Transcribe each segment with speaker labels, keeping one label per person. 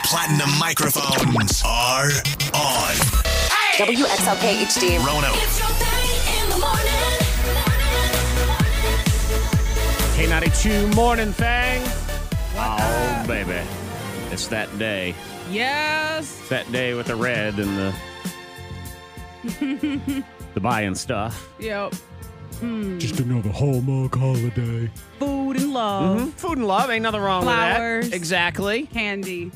Speaker 1: platinum microphones are on.
Speaker 2: WXLK HD.
Speaker 1: Rono.
Speaker 3: It's your day in the morning.
Speaker 4: K92 morning thing. Oh, baby. It's that day.
Speaker 5: Yes.
Speaker 4: It's that day with the red and the the buying stuff.
Speaker 5: Yep.
Speaker 6: Just another Hallmark holiday.
Speaker 5: Food and love.
Speaker 4: Food and love. Ain't nothing wrong with
Speaker 5: Flowers.
Speaker 4: that. Exactly.
Speaker 5: Candy.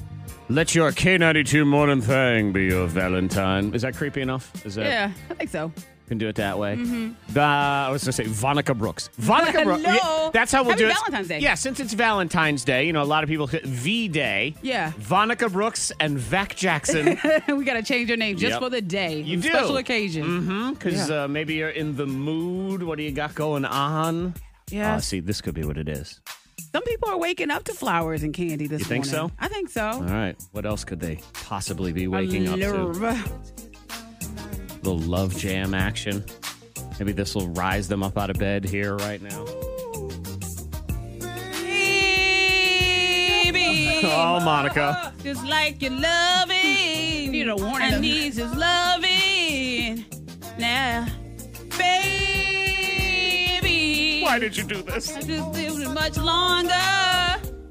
Speaker 4: Let your K92 morning thing be your Valentine. Is that creepy enough? Is that
Speaker 5: Yeah, Mm-hmm. I think so.
Speaker 4: can do it that way? The, I was going to say Vonica Brooks. Vonica Brooks.
Speaker 5: Hello.
Speaker 4: that's how we'll
Speaker 5: Happy
Speaker 4: do it.
Speaker 5: Valentine's Day.
Speaker 4: Yeah, since it's Valentine's Day, you know, a lot of people hit V Day.
Speaker 5: Yeah.
Speaker 4: Vonica Brooks and Vac Jackson.
Speaker 5: we got to change your name just
Speaker 4: Yep.
Speaker 5: for the day.
Speaker 4: You
Speaker 5: on
Speaker 4: do.
Speaker 5: Special occasion.
Speaker 4: Because uh, maybe you're in the mood. What do you got going on? Ah,
Speaker 5: Yes.
Speaker 4: see, this could be what it is.
Speaker 5: Some people are waking up to flowers and candy this
Speaker 4: You think
Speaker 5: morning.
Speaker 4: so?
Speaker 5: I think so.
Speaker 4: All right. What else could they possibly be waking up to?
Speaker 5: Love.
Speaker 4: The love jam action. Maybe this will rise them up out of bed here right now.
Speaker 5: Baby.
Speaker 4: Oh, Monica.
Speaker 5: Just like you're loving. Need a warning. I need just loving. Now, baby.
Speaker 4: Why did you do this?
Speaker 5: I just lived it much longer.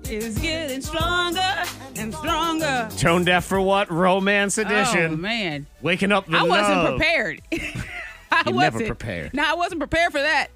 Speaker 5: It's getting stronger and stronger.
Speaker 4: Tone deaf for what? Romance edition.
Speaker 5: Oh man,
Speaker 4: Waking up the
Speaker 5: I wasn't
Speaker 4: love.
Speaker 5: prepared. I
Speaker 4: You never
Speaker 5: wasn't
Speaker 4: prepared.
Speaker 5: No, I wasn't prepared for that.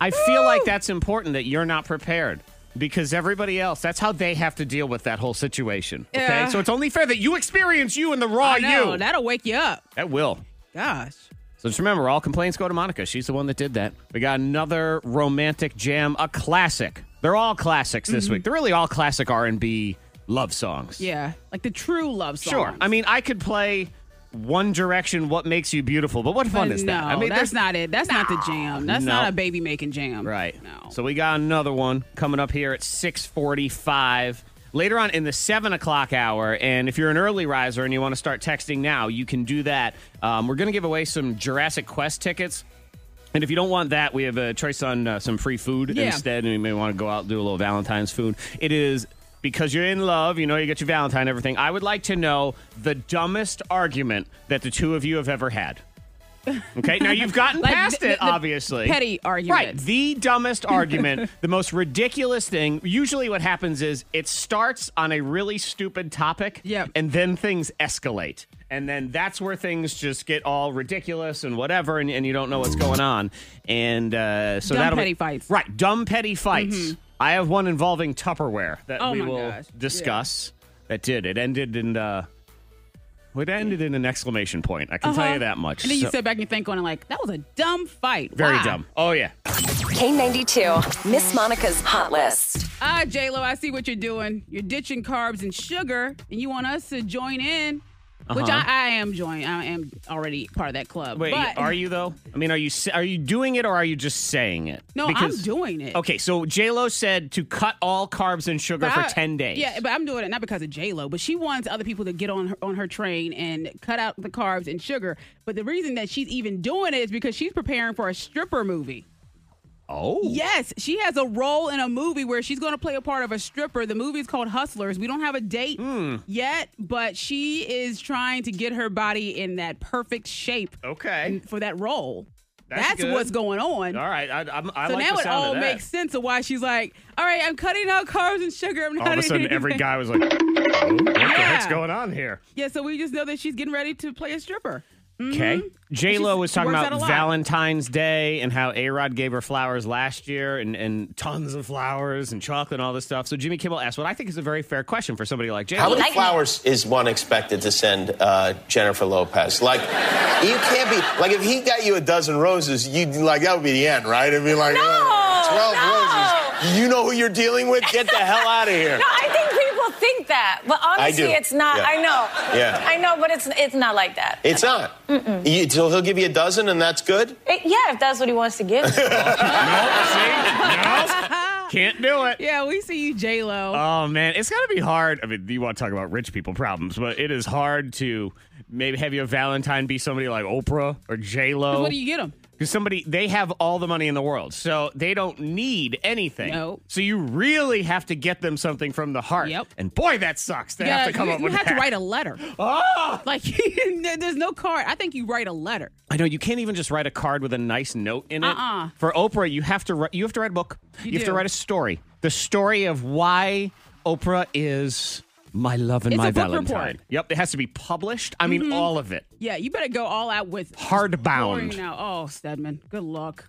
Speaker 4: I feel
Speaker 5: Woo!
Speaker 4: like that's important that you're not prepared because everybody else, that's how they have to deal with that whole situation. Okay.
Speaker 5: Yeah.
Speaker 4: So it's only fair that you experience you and the raw
Speaker 5: I know
Speaker 4: you.
Speaker 5: that'll wake you up.
Speaker 4: that will.
Speaker 5: Gosh.
Speaker 4: So just remember, all complaints go to Monica. She's the one that did that. We got another romantic jam, a classic. They're all classics this week. They're really all classic R and B love songs.
Speaker 5: Mm-hmm. Yeah, like the true love song.
Speaker 4: Sure. I mean, I could play One Direction, "What Makes You Beautiful," but what fun
Speaker 5: But
Speaker 4: is
Speaker 5: no,
Speaker 4: that? I mean,
Speaker 5: that's
Speaker 4: there's-
Speaker 5: not it. That's not the jam. That's
Speaker 4: No.
Speaker 5: not a baby making jam.
Speaker 4: Right.
Speaker 5: No.
Speaker 4: So we got another one coming up here at 645. Later on in the 7 o'clock hour, and if you're an early riser and you want to start texting now, you can do that. Um, we're going to give away some Jurassic Quest tickets. And if you don't want that, we have a choice on uh, some free food
Speaker 5: Yeah.
Speaker 4: instead. And you may want to go out and do a little Valentine's food. It is because you're in love, you know, you get your Valentine, everything. I would like to know the dumbest argument that the two of you have ever had. Okay, now you've gotten
Speaker 5: Like
Speaker 4: past
Speaker 5: the-
Speaker 4: it,
Speaker 5: the- the
Speaker 4: obviously.
Speaker 5: petty argument.
Speaker 4: Right, the dumbest argument, the most ridiculous thing. Usually, what happens is it starts on a really stupid topic,
Speaker 5: Yep.
Speaker 4: and then things escalate. And then that's where things just get all ridiculous and whatever, and, and you don't know what's going on. And uh, so
Speaker 5: Dumb
Speaker 4: that'll be-
Speaker 5: petty fights. Mm-hmm.
Speaker 4: Right, dumb petty fights. I have one involving Tupperware that
Speaker 5: Oh
Speaker 4: we
Speaker 5: my
Speaker 4: will
Speaker 5: gosh.
Speaker 4: discuss. That did. It ended in. Uh, it ended in an exclamation point. I can tell you that much.
Speaker 5: Uh-huh. And then you
Speaker 4: So-
Speaker 5: sit back and think on it like that was a dumb fight.
Speaker 4: very
Speaker 5: Why?
Speaker 4: dumb. Oh yeah.
Speaker 2: K92. Miss Monica's Hot List.
Speaker 5: Ah, J Lo, I see what you're doing. You're ditching carbs and sugar, and you want us to join in, which I, I am joining. I am already part of that club.
Speaker 4: Uh-huh. Wait,
Speaker 5: but,
Speaker 4: are you though? I mean, are you s- are you doing it or are you just saying it?
Speaker 5: No, I'm doing it.
Speaker 4: Okay, so J Lo said to cut all carbs and sugar
Speaker 5: But
Speaker 4: for
Speaker 5: I-
Speaker 4: ten days.
Speaker 5: Yeah, but I'm doing it not because of J Lo, but she wants other people to get on her, on her train and cut out the carbs and sugar. But the reason that she's even doing it is because she's preparing for a stripper movie.
Speaker 4: oh,
Speaker 5: Yes, she has a role in a movie where she's going to play a part of a stripper. The movie is called Hustlers. We don't have a date
Speaker 4: Hmm.
Speaker 5: yet, but she is trying to get her body in that perfect shape
Speaker 4: Okay.
Speaker 5: for that role.
Speaker 4: That's
Speaker 5: That's,
Speaker 4: good.
Speaker 5: what's going on.
Speaker 4: All right. I, I'm, I
Speaker 5: So
Speaker 4: like
Speaker 5: now
Speaker 4: the
Speaker 5: it
Speaker 4: sound
Speaker 5: all
Speaker 4: of that.
Speaker 5: makes sense of why she's like, "All right, I'm cutting out carbs and sugar." I'm not
Speaker 4: All of a sudden,
Speaker 5: eating
Speaker 4: every
Speaker 5: anything."
Speaker 4: guy was like, "Oh, "What the heck's
Speaker 5: Yeah.
Speaker 4: going on here?"
Speaker 5: Yeah, so we just know that she's getting ready to play a stripper.
Speaker 4: Okay. J Lo
Speaker 5: She's-
Speaker 4: was talking
Speaker 5: Mm-hmm. works out
Speaker 4: about
Speaker 5: a lot.
Speaker 4: Valentine's Day and how A Rod gave her flowers last year and, and tons of flowers and chocolate and all this stuff. So Jimmy Kimmel asked what I think is a very fair question for somebody like Oh, J
Speaker 7: How
Speaker 4: Lo.
Speaker 7: many
Speaker 2: Like-
Speaker 7: flowers is one expected to send uh, Jennifer Lopez? Like, you can't be like if he got you a dozen roses, you would like that would be the end, right? It'd be like
Speaker 2: No,
Speaker 7: "Oh, twelve
Speaker 2: no.
Speaker 7: roses. You know who you're dealing with? Get the hell out of here.
Speaker 2: No, I think people think that, but honestly,
Speaker 7: do.
Speaker 2: it's not.
Speaker 7: Yeah.
Speaker 2: I know.
Speaker 7: Yeah.
Speaker 2: I know, but it's it's not like that.
Speaker 7: It's not. You, so he'll give you a dozen, and that's good.
Speaker 2: It- yeah, if that's what he wants to give. me.
Speaker 4: No, see? No. Can't do it.
Speaker 5: Yeah, we see you, J Lo.
Speaker 4: Oh man, it's gotta be hard. I mean, you want to talk about rich people problems, but it is hard to maybe have your Valentine be somebody like Oprah or J Lo.
Speaker 5: what do you get them?
Speaker 4: Because somebody, they have all the money in the world, so they don't need anything.
Speaker 5: Nope.
Speaker 4: So you really have to get them something from the heart.
Speaker 5: Yep.
Speaker 4: And boy, that sucks. They have to come
Speaker 5: you,
Speaker 4: up
Speaker 5: you
Speaker 4: with
Speaker 5: have
Speaker 4: that. Ah!
Speaker 5: to write a letter. Like there- there's no card. I think you write a letter.
Speaker 4: I know you can't even just write a card with a nice note in it.
Speaker 5: Uh-uh.
Speaker 4: For Oprah, you have to write, you have to write a book. You, have to
Speaker 5: do.
Speaker 4: write a story. The story of why Oprah is my love and
Speaker 5: It's
Speaker 4: my
Speaker 5: a book
Speaker 4: Valentine.
Speaker 5: report. Mm-hmm.
Speaker 4: Yep, it has to be published. I mean, all of it.
Speaker 5: Yeah, you better go all out with
Speaker 4: Hardbound.
Speaker 5: boring Now, oh Stedman, good luck.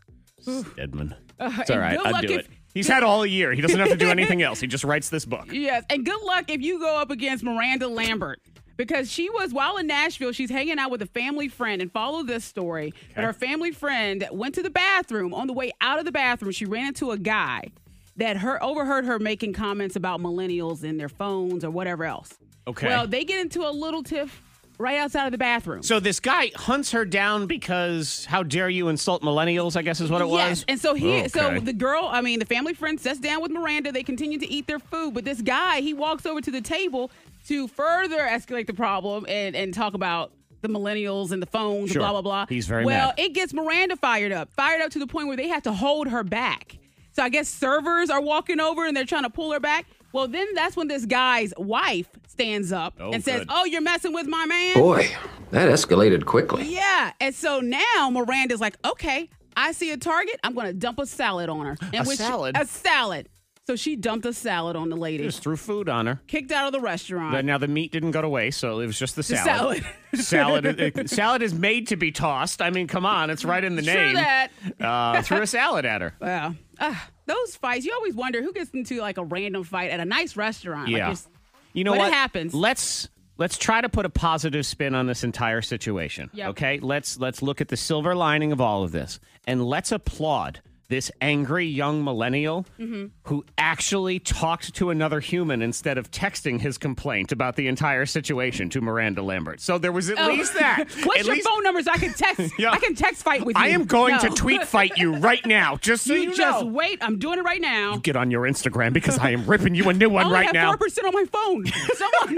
Speaker 4: Edmund. It's all
Speaker 5: and Uh,
Speaker 4: right.
Speaker 5: good
Speaker 4: I'll
Speaker 5: luck
Speaker 4: do
Speaker 5: if-
Speaker 4: it. He's had all year. He doesn't have to do anything else. He just writes this book.
Speaker 5: Yes, and good luck if you go up against Miranda Lambert because she was while in Nashville, she's hanging out with a family friend and follow this story. But her family friend went to the bathroom. On the way out of the bathroom, she ran into a guy that her overheard her making comments about millennials and their phones or whatever else.
Speaker 4: Okay.
Speaker 5: Well, they get into a little tiff right outside of the bathroom.
Speaker 4: So this guy hunts her down because how dare you insult millennials? I guess is what it
Speaker 5: yes.
Speaker 4: was.
Speaker 5: And so he,
Speaker 4: Oh,
Speaker 5: so
Speaker 4: okay.
Speaker 5: the girl, I mean, the family friend sits down with Miranda. They continue to eat their food, but this guy, he walks over to the table to further escalate the problem and and talk about the millennials and the phones,
Speaker 4: Sure.
Speaker 5: blah blah blah.
Speaker 4: He's very
Speaker 5: well.
Speaker 4: mad.
Speaker 5: It gets Miranda fired up, fired up to the point where they have to hold her back. So I guess servers are walking over and they're trying to pull her back. Well, then that's when this guy's wife stands up
Speaker 4: Oh,
Speaker 5: and says,
Speaker 4: good.
Speaker 5: "Oh, you're messing with my man."
Speaker 3: Boy, that escalated quickly.
Speaker 5: Yeah. And so now Miranda's like, okay, I see a target. I'm going to dump a salad on her. And
Speaker 4: A
Speaker 5: when she-
Speaker 4: salad?
Speaker 5: a salad. So she dumped a salad on the lady,
Speaker 4: Just threw food on her.
Speaker 5: kicked out of the
Speaker 4: But
Speaker 5: restaurant.
Speaker 4: now the meat didn't go to waste, so it was just the
Speaker 5: The
Speaker 4: salad. salad, it- salad is made to be tossed. I mean, come on, it's right in the
Speaker 5: True
Speaker 4: name.
Speaker 5: that.
Speaker 4: Uh, threw a salad at her.
Speaker 5: Wow. Ah, those fights, you always wonder who gets into like a random fight at a nice restaurant. Like,
Speaker 4: Yeah.
Speaker 5: it's-
Speaker 4: you know
Speaker 5: but it
Speaker 4: what
Speaker 5: happens.
Speaker 4: Let's let's try to put a positive spin on this entire situation.
Speaker 5: Yep.
Speaker 4: Okay, let's let's look at the silver lining of all of this, and let's applaud this angry young millennial
Speaker 5: Mm-hmm.
Speaker 4: who actually talked to another human instead of texting his complaint about the entire situation to Miranda Lambert. So there was at
Speaker 5: Oh.
Speaker 4: least that.
Speaker 5: What's
Speaker 4: At
Speaker 5: your
Speaker 4: least-
Speaker 5: phone number so I can text?
Speaker 4: Yeah.
Speaker 5: I can text fight with you.
Speaker 4: I am going to
Speaker 5: No.
Speaker 4: tweet fight you right now, just so
Speaker 5: you,
Speaker 4: you,
Speaker 5: just
Speaker 4: know.
Speaker 5: wait. I'm doing it right now.
Speaker 4: Get on your Instagram because I am ripping you a new
Speaker 5: I
Speaker 4: one
Speaker 5: only
Speaker 4: right
Speaker 5: have
Speaker 4: now.
Speaker 5: 4% on my phone. Someone.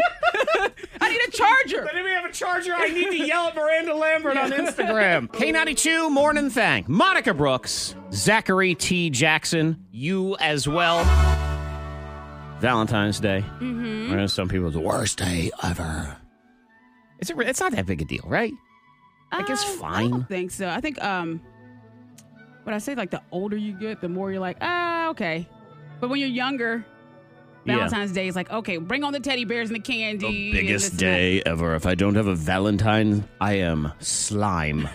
Speaker 5: I need a charger.
Speaker 4: I didn't even have a charger. I need to yell at Miranda Lambert on Instagram. K92 Morning Thang. Monica Brooks, Zachary T. Jackson, you as well. Valentine's Day. Mm-hmm. some people, it's the worst day ever. Is it, re- it's not that big a deal, right? Like, it's
Speaker 5: Um, I
Speaker 4: fine.
Speaker 5: don't think so. I think um, what I say like the older you get, the more you're like, ah, okay. But when you're younger, Valentine's Day is like, okay, bring on the teddy bears and the candy.
Speaker 4: The
Speaker 5: and this
Speaker 4: biggest
Speaker 5: and that.
Speaker 4: day ever. If I don't have a Valentine, I am slime.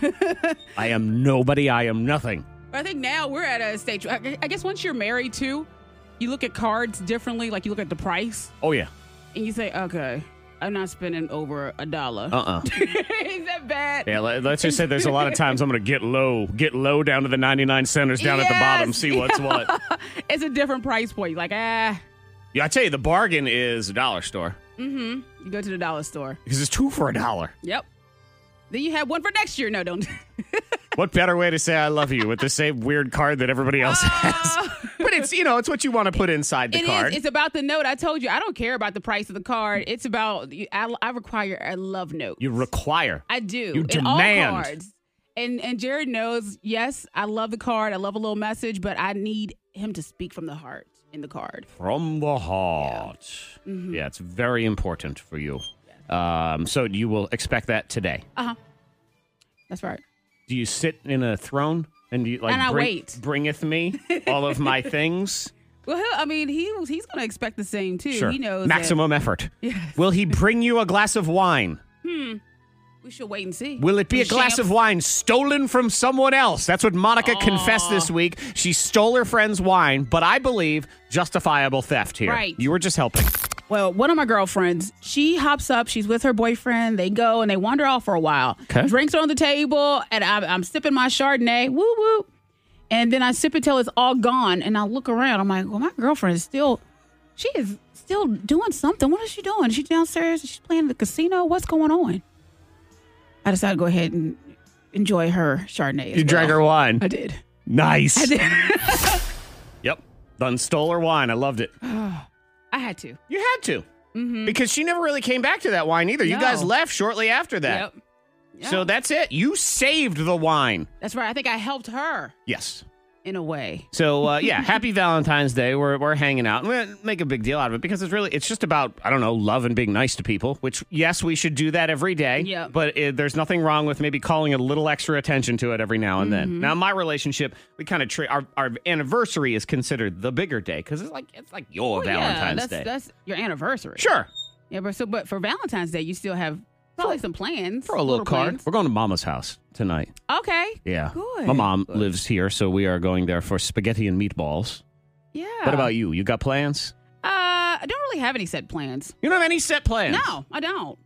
Speaker 4: I am nobody. I am nothing.
Speaker 5: But I think now we're at a stage. I I guess once you're married too, you look at cards differently. Like you look at the price
Speaker 4: Oh, yeah.
Speaker 5: and you say, okay, I'm not spending over a dollar.
Speaker 4: Uh uh
Speaker 5: is that bad?
Speaker 4: Yeah, let, us just say there's a lot of times I'm going to get low, get low down to the 99 centers down at the bottom,
Speaker 5: Yes.
Speaker 4: see what's what.
Speaker 5: It's a different price point. Like ah,
Speaker 4: Yeah, I tell you, the bargain is a dollar store
Speaker 5: you go to the dollar store.
Speaker 4: because it's two for a dollar.
Speaker 5: Yep. Then you have one for next year. No, don't.
Speaker 4: What better way to say I love you with the same weird card that everybody else has? But it's, you know, it's what you want to put inside the
Speaker 5: Oh. It is.
Speaker 4: card.
Speaker 5: It's about the note. I told you. I don't care about the price of the card. It's about I, I require a love note.
Speaker 4: you require.
Speaker 5: I do.
Speaker 4: you
Speaker 5: in
Speaker 4: demand.
Speaker 5: all cards. And and Jared knows. Yes, I love the card. I love a little message, but I need him to speak from the heart in the card.
Speaker 4: From the heart. Yeah,
Speaker 5: Mm-hmm.
Speaker 4: it's very important for you. Um, so you will expect that today.
Speaker 5: That's right.
Speaker 4: Do you sit in a throne and you like
Speaker 5: And I
Speaker 4: bring-
Speaker 5: wait.
Speaker 4: bringeth me all of my things?
Speaker 5: Well, he'll, I mean, he was- he's going to expect the same too.
Speaker 4: Sure.
Speaker 5: He knows that
Speaker 4: Maximum effort. Will he bring you a glass of wine?
Speaker 5: we should wait and see.
Speaker 4: Will it be a glass of wine stolen from someone else? That's what Monica confessed this week. She stole her friend's wine, but I believe justifiable theft here.
Speaker 5: Right.
Speaker 4: You were just helping.
Speaker 5: Well, one of my girlfriends, she hops up. She's with her boyfriend. They go and they wander off for a while.
Speaker 4: Okay.
Speaker 5: Drinks are on the table, and I'm, I'm sipping my Chardonnay. Woo woo. And then I sip it till it's all gone, and I look around. I'm like, well, my girlfriend is still, she is still doing something. What is she doing? Is she downstairs? Is she playing the casino? What's going on? I decided to go ahead and enjoy her Chardonnay. as
Speaker 4: You drank
Speaker 5: well.
Speaker 4: her wine.
Speaker 5: I did.
Speaker 4: Nice.
Speaker 5: I did.
Speaker 4: Yep. Done stole her wine. I loved it.
Speaker 5: I had to.
Speaker 4: You had to. Because she never really came back to that wine either. You
Speaker 5: Mm-hmm. No.
Speaker 4: guys left shortly after that.
Speaker 5: Yep.
Speaker 4: So that's it. You saved the wine.
Speaker 5: That's right. I think I helped her
Speaker 4: Yes.
Speaker 5: in a way.
Speaker 4: So uh, yeah, happy Valentine's Day. We're we're hanging out. and We're gonna make a big deal out of it because it's really it's just about I don't know love and being nice to people. Which yes, we should do that every day.
Speaker 5: Yep.
Speaker 4: But it, there's nothing wrong with maybe calling a little extra attention to it every now and
Speaker 5: Mm-hmm.
Speaker 4: then. Now my relationship, we kind of tra- our our anniversary is considered the bigger day because it's like it's like
Speaker 5: Well,
Speaker 4: your
Speaker 5: Oh, yeah, that's,
Speaker 4: Valentine's Day.
Speaker 5: That's your anniversary.
Speaker 4: sure.
Speaker 5: Yeah, but so but for Valentine's Day, you still have probably some plans.
Speaker 4: Throw Oh, a little card.
Speaker 5: plans.
Speaker 4: We're going to Mama's house tonight.
Speaker 5: Okay.
Speaker 4: Yeah.
Speaker 5: Good.
Speaker 4: My mom lives here, so we are going there for spaghetti and meatballs.
Speaker 5: Yeah.
Speaker 4: What about you? You got plans?
Speaker 5: Uh, I don't really have any set plans.
Speaker 4: You don't have any set plans.
Speaker 5: No, I don't.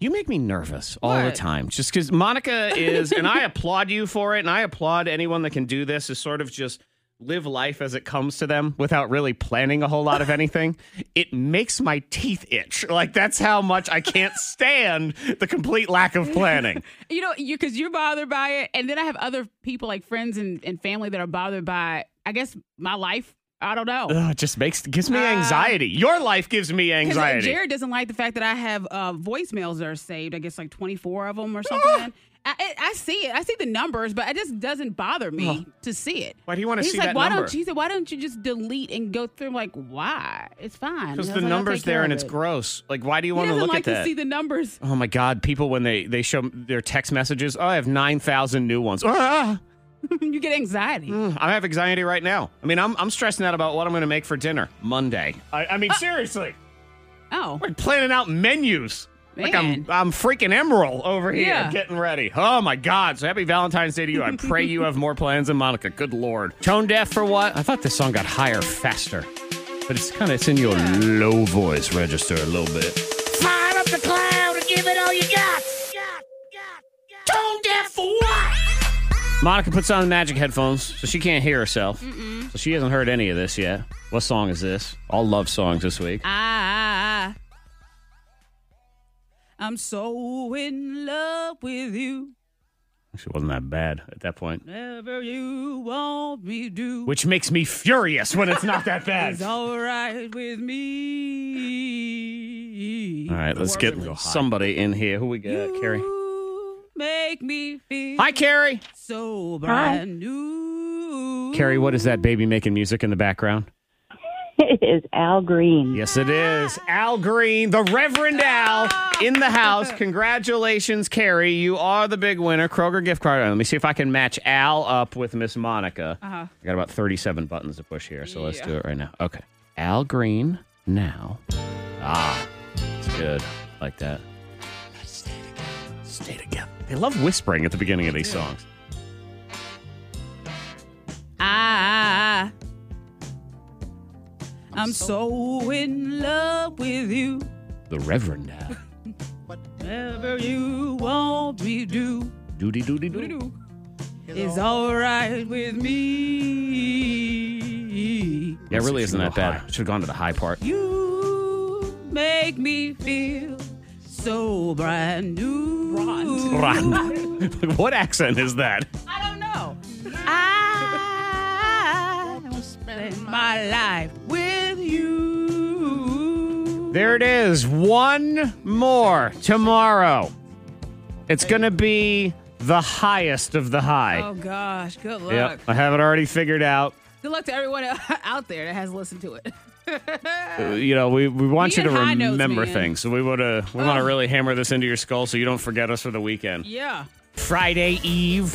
Speaker 4: You make me nervous all the
Speaker 5: What?
Speaker 4: time just because Monica is, and I applaud you for it, and I applaud anyone that can do this, is sort of just live life as it comes to them without really planning a whole lot of anything. It makes my teeth itch. Like, that's how much I can't stand the complete lack of planning.
Speaker 5: You know, you because you're bothered by it, and then I have other people like friends and, and family that are bothered by. I guess my life. I don't know.
Speaker 4: Ugh, it just makes, gives me anxiety. Your life gives me
Speaker 5: 'Cause, uh,
Speaker 4: anxiety.
Speaker 5: Jared doesn't like the fact that I have uh, voicemails that are saved. I guess like 24 of them or something. I, I, I see it. I see the numbers, but it just doesn't bother me to see it.
Speaker 4: Why do you wanna
Speaker 5: He's
Speaker 4: see
Speaker 5: like,
Speaker 4: that
Speaker 5: why
Speaker 4: number?
Speaker 5: Don't, he said, why don't you just delete and go through? I'm like, why? It's fine.
Speaker 4: Because
Speaker 5: I
Speaker 4: the
Speaker 5: was like, I'll
Speaker 4: number's
Speaker 5: take care
Speaker 4: there
Speaker 5: of
Speaker 4: and it's
Speaker 5: it.
Speaker 4: gross. Like, why do you
Speaker 5: He
Speaker 4: want to
Speaker 5: doesn't
Speaker 4: look
Speaker 5: like
Speaker 4: at that?
Speaker 5: to see the numbers.
Speaker 4: Oh my God! People when they they show their text messages, oh, I have nine thousand new ones. Ah!
Speaker 5: you get anxiety.
Speaker 4: Mm, I have anxiety right now. I mean, I'm I'm stressing out about what I'm going to make for dinner Monday. I, I mean, seriously,
Speaker 5: Oh,
Speaker 4: we're planning out menus. Like I'm
Speaker 5: Man.
Speaker 4: I'm freaking Emerald over here
Speaker 5: Yeah.
Speaker 4: getting ready. Oh my God! So happy Valentine's Day to you. I pray you have more plans than Monica. Good Lord. Tone deaf for what? I thought this song got higher faster, but it's kind of it's in your low voice register a little bit.
Speaker 8: Climb up the cloud and give it all you got. Tone deaf for what?
Speaker 4: Monica puts on the magic headphones, so she can't hear herself. So she hasn't heard any of this yet. What song is this? All love songs this week.
Speaker 5: I, Ah, I'm so in love with you.
Speaker 4: Actually, wasn't that bad at that point.
Speaker 5: Whatever you want me to do.
Speaker 4: Which makes me furious when it's not that bad.
Speaker 5: It's all right with me.
Speaker 4: All right, let's get somebody in here. Who we got? Carrie.
Speaker 5: You Make me feel
Speaker 4: Hi, Carrie.
Speaker 5: so brand new.
Speaker 4: Carrie, what is that baby making music in the background?
Speaker 9: It is Al Green.
Speaker 4: Yes, it is. Al Green, the Reverend Al, in the house. Congratulations, Carrie. You are the big winner. Kroger gift card. Let me see if I can match Al up with Miss Monica. Uh-huh. I got about 37 buttons to push here, so let's do it right now. Okay. Al Green now. Ah, it's good. Like that. Stay together. They love whispering at the beginning of these songs.
Speaker 5: I, I'm so in love with you.
Speaker 4: The Reverend Al.
Speaker 5: Whatever you want me to
Speaker 4: Doody doody
Speaker 5: do,
Speaker 4: doody.
Speaker 5: do is all right with me.
Speaker 4: Yeah, it really isn't that
Speaker 3: High.
Speaker 4: bad. Should have gone to the high part.
Speaker 5: You make me feel so brand new.
Speaker 4: what accent is that?
Speaker 5: I don't know. I will spend my life with you.
Speaker 4: There it is. One more tomorrow. It's going to be the highest of the high.
Speaker 5: Oh gosh, good luck.
Speaker 4: yep. I have it already figured out.
Speaker 5: Good luck to everyone out there that has listened to it.
Speaker 4: Uh, You know, we, we want
Speaker 5: You
Speaker 4: you to
Speaker 5: need high Oh. notes,
Speaker 4: remember
Speaker 5: man.
Speaker 4: things. So we want to we want to really hammer this into your skull so you don't forget us for the weekend.
Speaker 5: yeah.
Speaker 4: Friday Eve,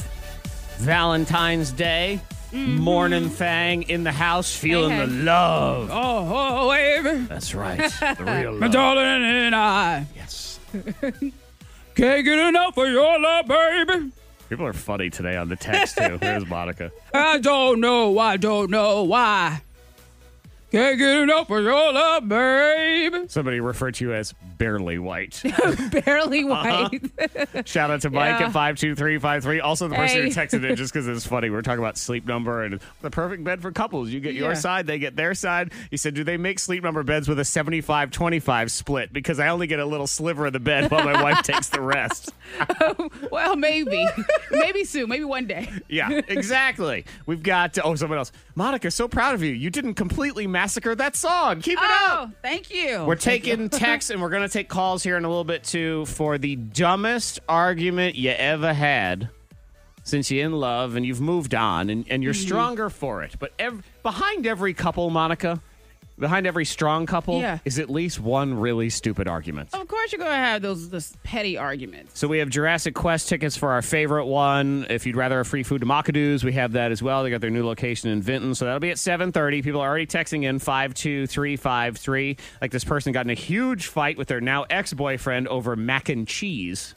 Speaker 4: Valentine's Day, morning thang in the house feeling
Speaker 5: Mm-hmm. Hey, hey.
Speaker 4: the love.
Speaker 5: Oh, oh baby,
Speaker 4: That's right. The real
Speaker 5: my
Speaker 4: love.
Speaker 5: darling and I.
Speaker 4: Yes.
Speaker 5: Can't get enough of your love, baby.
Speaker 4: People are funny today on the text too. Here's Monica.
Speaker 5: I don't know, I don't know why. Can't get enough of your love, babe.
Speaker 4: Somebody referred to you as barely white.
Speaker 5: Barely
Speaker 4: Uh-huh.
Speaker 5: white.
Speaker 4: Shout out to Mike
Speaker 5: Yeah.
Speaker 4: at 52353. Also, the person who
Speaker 5: Hey.
Speaker 4: texted it just because it's funny. We're talking about sleep number and the perfect bed for couples. You get your
Speaker 5: Yeah.
Speaker 4: side, they get their side. He said, Do they make sleep number beds with a 75 25 split? Because I only get a little sliver of the bed while my wife takes the rest.
Speaker 5: well, maybe. maybe soon. Maybe one day.
Speaker 4: Yeah, exactly. We've got, oh, someone else. Monica, so proud of you. You didn't completely massacre that song. Keep it up.
Speaker 5: Oh, thank you.
Speaker 4: We're taking texts and we're going to take calls here in a little bit too for the dumbest argument you ever had since you're in love and you've moved on and, and
Speaker 5: Mm-hmm.
Speaker 4: you're stronger for it. But ev- behind every couple, Monica, behind every strong couple
Speaker 5: Yeah.
Speaker 4: is at least one really stupid argument.
Speaker 5: Of course, you're gonna have those those petty arguments.
Speaker 4: So we have Jurassic Quest tickets for our favorite one. If you'd rather a free food to Makadu's, we have that as well. They got their new location in Vinton, so that'll be at 7:30. People are already texting in 52353. Like this person got in a huge fight with their now ex-boyfriend over mac and cheese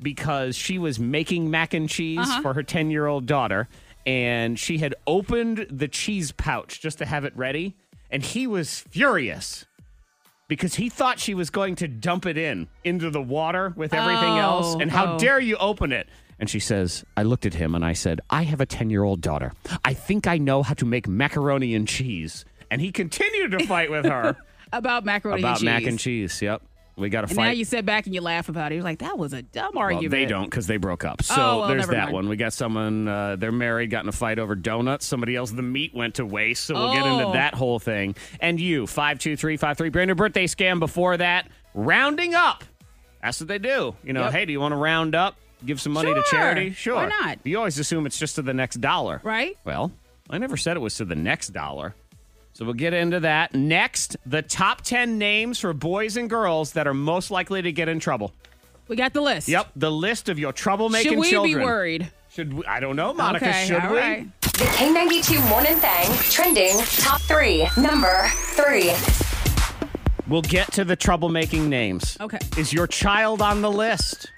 Speaker 4: because she was making mac and cheese
Speaker 5: Uh-huh.
Speaker 4: for her 10-year-old daughter and she had opened the cheese pouch just to have it ready and he was furious because he thought she was going to dump it in into the water with everything
Speaker 5: Oh,
Speaker 4: else. And how
Speaker 5: oh.
Speaker 4: dare you open it? And she says, I looked at him and I said, I have a 10 year old daughter. I think I know how to make macaroni and cheese. And he continued to fight with her
Speaker 5: About macaroni
Speaker 4: about
Speaker 5: and cheese.
Speaker 4: mac and cheese. Yep. We got to
Speaker 5: And
Speaker 4: fight.
Speaker 5: now you sit back and you laugh about it. You're like, that was a dumb
Speaker 4: Well,
Speaker 5: argument.
Speaker 4: they don't because they broke up. So
Speaker 5: Oh, well,
Speaker 4: there's
Speaker 5: never
Speaker 4: that
Speaker 5: mind.
Speaker 4: one. We got someone, uh, they're married, got in a fight over donuts. Somebody else, the meat went to waste. So we'll get into
Speaker 5: Oh.
Speaker 4: that whole thing. And you, 52353, brand new birthday scam before that. Rounding up. That's what they do. You know,
Speaker 5: Yep.
Speaker 4: hey, do you want to round up? Give some money to
Speaker 5: Sure.
Speaker 4: charity? Sure.
Speaker 5: Why not?
Speaker 4: You always assume it's just to the next dollar.
Speaker 5: Right?
Speaker 4: Well, I never said it was to the next dollar. So we'll get into that. Next, the top 10 names for boys and girls that are most likely to get in trouble.
Speaker 5: We got the list.
Speaker 4: Yep, the list of your troublemaking
Speaker 5: Should we
Speaker 4: children.
Speaker 5: be worried?
Speaker 4: Should we, I don't know, Monica?
Speaker 5: okay.
Speaker 4: should
Speaker 5: all
Speaker 4: we?
Speaker 5: right.
Speaker 10: The K92 Morning Thang trending top three. Number three.
Speaker 4: We'll get to the troublemaking names.
Speaker 5: Okay.
Speaker 4: Is your child on the list?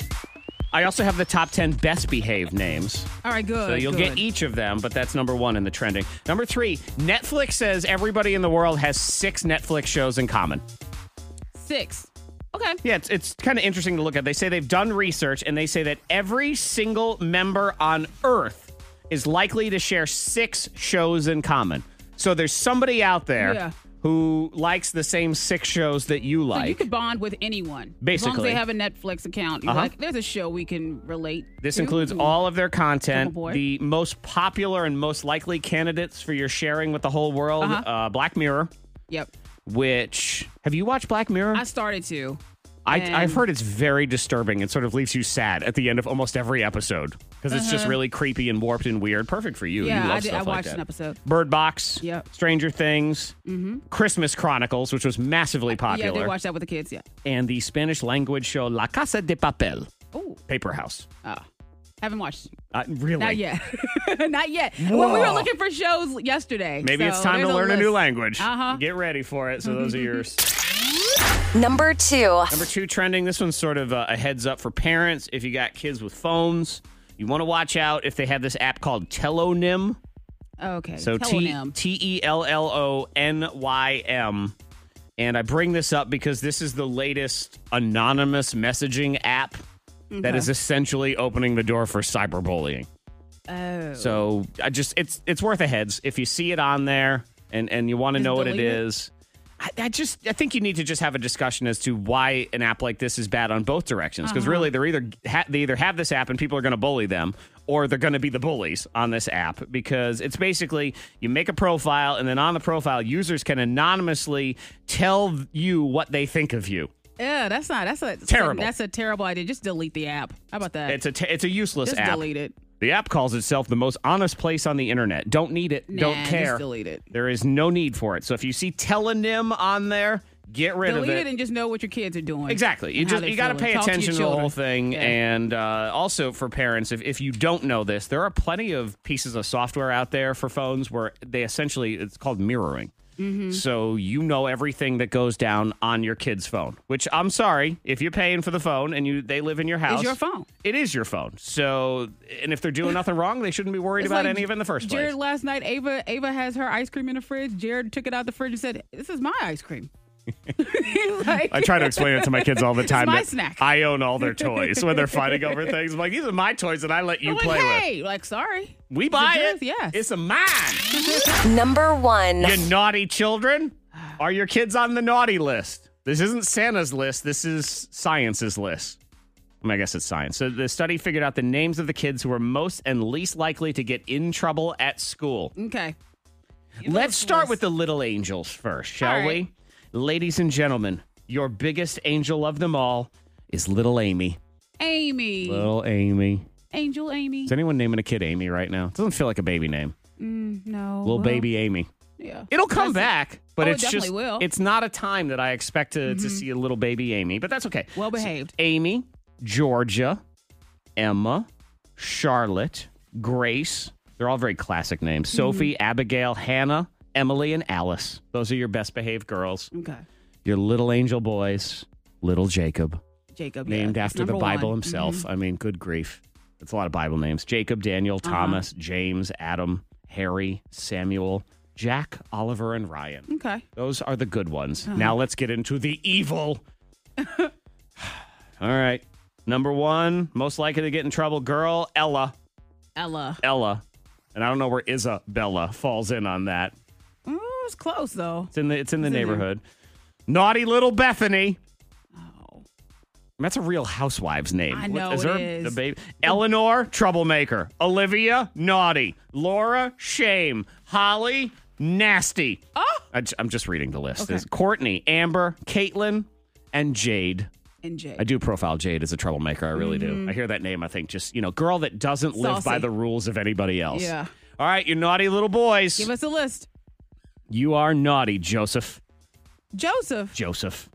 Speaker 4: I also have the top 10 best behaved names.
Speaker 5: All right. Good.
Speaker 4: So you'll
Speaker 5: good.
Speaker 4: get e- each of them, but that's number one in the trending. Number three, Netflix says everybody in the world has six Netflix shows in common.
Speaker 5: six. Okay.
Speaker 4: Yeah, it's, it's kind of interesting to look at. They say they've done research and they say that every single member on Earth is likely to share six shows in common. So there's somebody out there
Speaker 5: Yeah.
Speaker 4: who likes the same six shows that you
Speaker 5: So you
Speaker 4: like.
Speaker 5: could bond with anyone. As long as
Speaker 4: Basically. Uh-huh.
Speaker 5: they have a Netflix account. You're like, there's a show we can relate.
Speaker 4: this
Speaker 5: to."
Speaker 4: includes all of their
Speaker 5: Oh,
Speaker 4: content,
Speaker 5: boy.
Speaker 4: the most popular and most likely candidates for your sharing with the whole world. uh
Speaker 5: Uh-huh.
Speaker 4: Black Mirror,
Speaker 5: Yep.
Speaker 4: which have you watched Black Mirror?
Speaker 5: I started to.
Speaker 4: I,
Speaker 5: And-
Speaker 4: I've heard it's very disturbing and sort of leaves you sad at the end of almost every episode because it's just really creepy and warped and weird. Perfect for you.
Speaker 5: Uh-huh. Yeah,
Speaker 4: you love
Speaker 5: I, did,
Speaker 4: stuff
Speaker 5: I
Speaker 4: like
Speaker 5: watched
Speaker 4: that.
Speaker 5: an episode.
Speaker 4: Bird Box,
Speaker 5: Yep. Mm-hmm.
Speaker 4: Stranger Things, Christmas Chronicles, which was
Speaker 5: Yeah,
Speaker 4: massively
Speaker 5: I
Speaker 4: popular,
Speaker 5: did watch that with the kids. Yeah.
Speaker 4: and the Spanish language show La Casa de Papel,
Speaker 5: Oh,
Speaker 4: Paper House.
Speaker 5: haven't watched.
Speaker 4: Uh, really?
Speaker 5: Not yet. Not yet. Well, we were looking for shows yesterday.
Speaker 4: Maybe
Speaker 5: so
Speaker 4: it's time to
Speaker 5: there's
Speaker 4: learn a new
Speaker 5: list.
Speaker 4: language.
Speaker 5: Uh-huh.
Speaker 4: Get ready for it. So those are yours.
Speaker 10: Number two.
Speaker 4: Number two trending. This one's sort of a, a heads up for parents. If you got kids with phones, you want to watch out if they have this app called Telonym.
Speaker 5: Okay.
Speaker 4: So
Speaker 5: Tell
Speaker 4: T
Speaker 5: them.
Speaker 4: T E L L O N Y M. And I bring this up because this is the latest anonymous messaging app that is essentially opening the door for cyberbullying.
Speaker 5: Oh.
Speaker 4: So I just it's it's worth a heads if you see it on there and and you want to
Speaker 5: Just
Speaker 4: know what it
Speaker 5: delete it?
Speaker 4: is. I, I just I think you need to just have a discussion as to why an app like this is bad on both directions
Speaker 5: Uh-huh.
Speaker 4: because really they're either ha- they either have this app and people are going to bully them or they're going to be the bullies on this app because it's basically you make a profile and then on the profile users can anonymously tell you what they think of you.
Speaker 5: Yeah, that's not. That's a
Speaker 4: Terrible.
Speaker 5: That's a terrible idea. Just delete the app. How about that?
Speaker 4: It's a t- it's a useless
Speaker 5: Uh, just
Speaker 4: app.
Speaker 5: delete it.
Speaker 4: The app calls itself the most honest place on the internet. Don't need it. don't
Speaker 5: Nah, just
Speaker 4: care.
Speaker 5: delete it.
Speaker 4: There is no need for it. So if you see Telenym on there, get rid
Speaker 5: Delete
Speaker 4: of
Speaker 5: it. and just know what your kids are doing.
Speaker 4: Exactly. You
Speaker 5: and how
Speaker 4: just
Speaker 5: they're
Speaker 4: you got to
Speaker 5: feeling.
Speaker 4: pay
Speaker 5: Talk
Speaker 4: attention
Speaker 5: your
Speaker 4: to, the whole
Speaker 5: children.
Speaker 4: thing,
Speaker 5: Yeah.
Speaker 4: and uh, also for parents, if, if you don't know this, there are plenty of pieces of software out there for phones where they essentially it's called mirroring.
Speaker 5: Mm-hmm.
Speaker 4: So you know everything that goes down on your kid's phone. Which I'm sorry, if you're paying for the phone and you they live in your house,
Speaker 5: your phone.
Speaker 4: It is your phone. So and if they're doing nothing wrong, they shouldn't be worried
Speaker 5: It's
Speaker 4: about
Speaker 5: like
Speaker 4: any of it in the first
Speaker 5: Jared
Speaker 4: place.
Speaker 5: last night, Ava Ava has her ice cream in the fridge. Jared took it out the fridge and said, "This is my ice cream." He's like,
Speaker 4: I try to explain it to my kids all the time.
Speaker 5: my
Speaker 4: that
Speaker 5: snack.
Speaker 4: I own all their toys when they're fighting over things. I'm like, these are my toys that I let you
Speaker 5: I'm like,
Speaker 4: play with.
Speaker 5: hey, like sorry.
Speaker 4: We
Speaker 5: It's
Speaker 4: buy
Speaker 5: a
Speaker 4: it.
Speaker 5: gift, Yes.
Speaker 4: It's a mine.
Speaker 10: Number one.
Speaker 4: you naughty children. Are your kids on the naughty list? This isn't Santa's list. This is science's list. I, mean, I guess it's science. So the study figured out the names of the kids who were most and least likely to get in trouble at school.
Speaker 5: okay.
Speaker 4: Let's start with the little angels first, shall
Speaker 5: All right.
Speaker 4: we? Ladies and gentlemen, your biggest angel of them all is little Amy.
Speaker 5: Amy.
Speaker 4: Little Amy.
Speaker 5: Angel Amy.
Speaker 4: Is anyone naming a kid Amy right now? It doesn't feel like a baby name.
Speaker 5: Mm, no.
Speaker 4: Little
Speaker 5: Oh, well,
Speaker 4: baby Amy.
Speaker 5: Yeah.
Speaker 4: It'll come
Speaker 5: That's-
Speaker 4: back, but
Speaker 5: Oh, it
Speaker 4: it's just
Speaker 5: definitely will. Mm-hmm.
Speaker 4: it's not a time that I expect to, to see a little baby Amy, but that's okay.
Speaker 5: Well behaved.
Speaker 4: Amy, Georgia, Emma, Charlotte, Grace. They're all very classic names.
Speaker 5: Mm-hmm.
Speaker 4: Sophie, Abigail, Hannah, Emily, and Alice. Those are your best behaved girls.
Speaker 5: Okay.
Speaker 4: Your little angel boys, little Jacob,
Speaker 5: Jacob. yeah,
Speaker 4: named
Speaker 5: that's
Speaker 4: after the
Speaker 5: number
Speaker 4: Bible
Speaker 5: one. Mm-hmm.
Speaker 4: himself. I mean, good grief. That's a lot of Bible names. Jacob, Daniel,
Speaker 5: Uh-huh.
Speaker 4: Thomas, James, Adam, Harry, Samuel, Jack, Oliver, and Ryan.
Speaker 5: Mm-hmm. Okay.
Speaker 4: Those are the good ones.
Speaker 5: Uh-huh.
Speaker 4: Now let's get into the evil. All right. Number one, most likely to get in trouble, girl, Ella.
Speaker 5: Ella.
Speaker 4: Ella. And I don't know where Isabella falls in on that.
Speaker 5: Mm, it was close though.
Speaker 4: It's in the it's in the
Speaker 5: It's in there.
Speaker 4: neighborhood. Naughty little Bethany.
Speaker 5: Oh.
Speaker 4: That's a real housewife's name.
Speaker 5: I
Speaker 4: What-
Speaker 5: know
Speaker 4: is
Speaker 5: it
Speaker 4: there
Speaker 5: is.
Speaker 4: a baby? Eleanor, troublemaker. Olivia, naughty. Laura, shame. Holly, nasty. Oh. I, am just reading the list.
Speaker 5: Okay.
Speaker 4: There's Courtney, Amber, Caitlin, and Jade.
Speaker 5: And Jade.
Speaker 4: I do profile Jade as a troublemaker. I really do. I hear that name. I think just you know, girl that doesn't live by
Speaker 5: Mm-hmm. Saucy.
Speaker 4: the rules of anybody else.
Speaker 5: Yeah.
Speaker 4: All right, you naughty little boys.
Speaker 5: Give us a list.
Speaker 4: you are naughty, Joseph.
Speaker 5: Joseph.
Speaker 4: Joseph.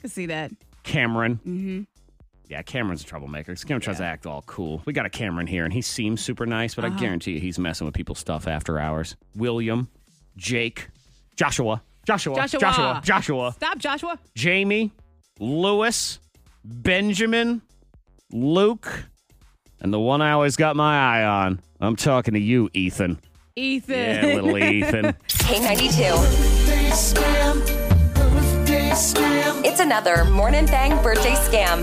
Speaker 5: Can see that.
Speaker 4: Cameron. Mm-hmm. Yeah, Cameron's a troublemaker. 'cause Cameron tries to act all cool. We got a Cameron here, and he seems super nice, but I guarantee you he's messing with people's stuff after hours. William, Jake, Joshua, Joshua,
Speaker 5: Joshua.
Speaker 4: Joshua, Joshua,
Speaker 5: Stop, Joshua.
Speaker 4: Jamie, Lewis, Benjamin, Luke, and the one I always got my eye on. I'm talking to you, Ethan.
Speaker 5: Ethan.
Speaker 4: Yeah, little Ethan.
Speaker 10: K92. It's another morning thang birthday scam.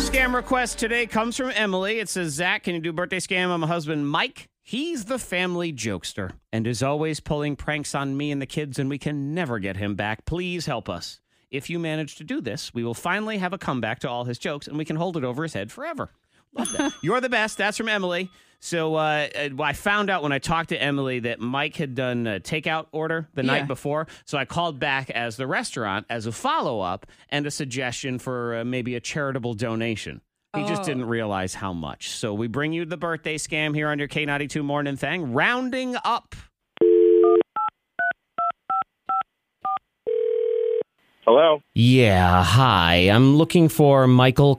Speaker 4: Scam request today comes from Emily. It says, Zach, can you do birthday scam on my husband, Mike? He's the family jokester and is always pulling pranks on me and the kids, and we can never get him back. Please help us. If you manage to do this, we will finally have a comeback to all his jokes and we can hold it over his head forever. Love that. You're the best. That's from Emily. So uh, uh, I found out when I talked to Emily that Mike had done a takeout order the night
Speaker 5: Yeah.
Speaker 4: before. So I called back as the restaurant as a follow up and a suggestion for uh, maybe a charitable donation. He just didn't realize how much. So we bring you the birthday scam here on your K92 Morning Thing, rounding up.
Speaker 11: Hello.
Speaker 4: Yeah, hi. I'm looking for Michael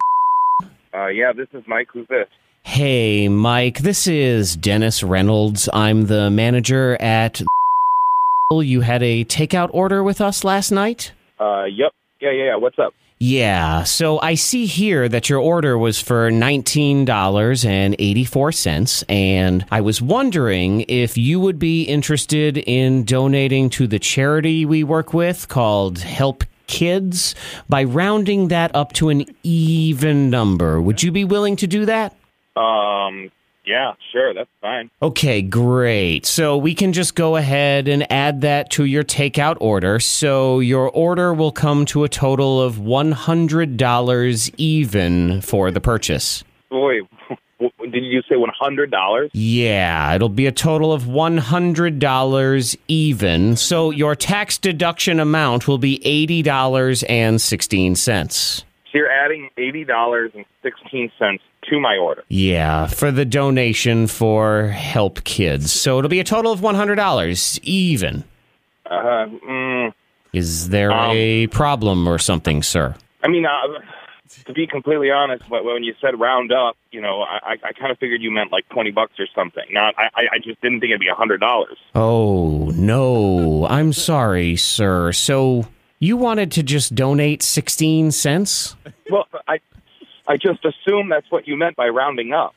Speaker 11: Uh, yeah, this is Mike. Who's this?
Speaker 4: Hey, Mike, this is Dennis Reynolds. I'm the manager at. You had a takeout order with us last night?
Speaker 11: Uh, yep. Yeah, yeah, yeah. What's up?
Speaker 4: Yeah, so I see here that your order was for $19.84, and I was wondering if you would be interested in donating to the charity we work with called Help Kids by rounding that up to an even number. Would you be willing to do that?
Speaker 11: Um, yeah, sure. That's fine.
Speaker 4: Okay, great. So we can just go ahead and add that to your takeout order. So your order will come to a total of $100 even for the purchase.
Speaker 11: Wait, w- did you say one hundred dollars?
Speaker 4: Yeah, it'll be a total of $100 even. So your tax deduction amount will be $80.16.
Speaker 11: So you're adding eighty dollars and sixteen cents to my order.
Speaker 4: Yeah, for the donation for Help Kids. So it'll be a total of $100 even.
Speaker 11: Uh, mm,
Speaker 4: Is there
Speaker 11: Um,
Speaker 4: a problem or something, sir?
Speaker 11: I mean, uh, to be completely honest, wh- when you said round up, you know, I, I, I kind of figured you meant like twenty bucks or something. Not, I, I- I just didn't think it'd be a hundred dollars.
Speaker 4: Oh, no. I'm sorry, sir. So you wanted to just donate 16 cents?
Speaker 11: Well, I, I just assumed that's what you meant by rounding up.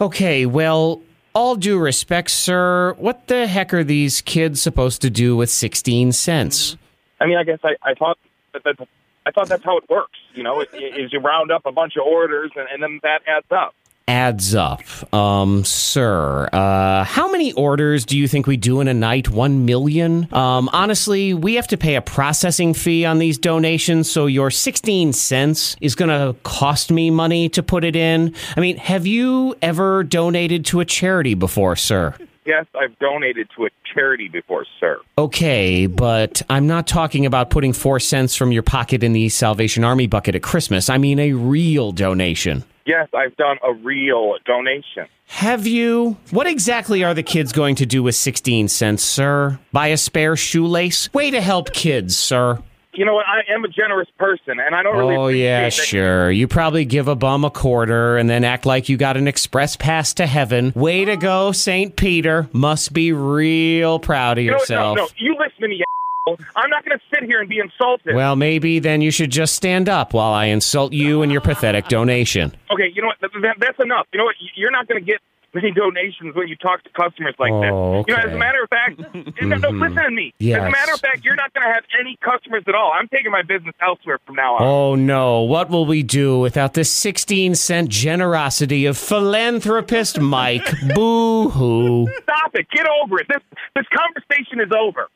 Speaker 4: Okay, well, all due respect, sir, what the heck are these kids supposed to do with 16 cents?
Speaker 11: I mean, I guess I, I thought that, that I thought that's how it works. You know, is you round up a bunch of orders and, and then that adds up.
Speaker 4: adds up. Um, sir, uh, how many orders do you think we do in a night? One million? Um, honestly, we have to pay a processing fee on these donations, so your 16 cents is going to cost me money to put it in. I mean, have you ever donated to a charity before, sir?
Speaker 11: Yes, I've donated to a charity before, sir.
Speaker 4: Okay, but I'm not talking about putting four cents from your pocket in the Salvation Army bucket at Christmas. I mean a real donation.
Speaker 11: Yes, I've done a real donation.
Speaker 4: Have you? What exactly are the kids going to do with 16 cents, sir? Buy a spare shoelace? Way to help kids, sir.
Speaker 11: You know what? I am a generous person, and I don't really.
Speaker 4: Oh, yeah,
Speaker 11: appreciate that-
Speaker 4: sure. You probably give a bum a quarter and then act like you got an express pass to heaven. Way to go, St. Peter. Must be real proud of
Speaker 11: You know what?
Speaker 4: yourself.
Speaker 11: No, no, you listen to me, you asshole. I'm not going to sit here and be insulted.
Speaker 4: Well, maybe then you should just stand up while I insult you and your pathetic donation.
Speaker 11: okay, you know what? Th- th- that's enough. You know what? You're not going to get many donations when you talk to customers like that.
Speaker 4: Oh,
Speaker 11: You know, as
Speaker 4: okay.
Speaker 11: a matter of fact, no, no,
Speaker 4: Mhm.
Speaker 11: listen to me. As a
Speaker 4: Yes.
Speaker 11: matter of fact, you're not going to have any customers at all. I'm taking my business elsewhere from now on.
Speaker 4: Oh no, what will we do without the 16 cent generosity of philanthropist Mike? Boo hoo.
Speaker 11: Stop it. Get over it. This this conversation is over.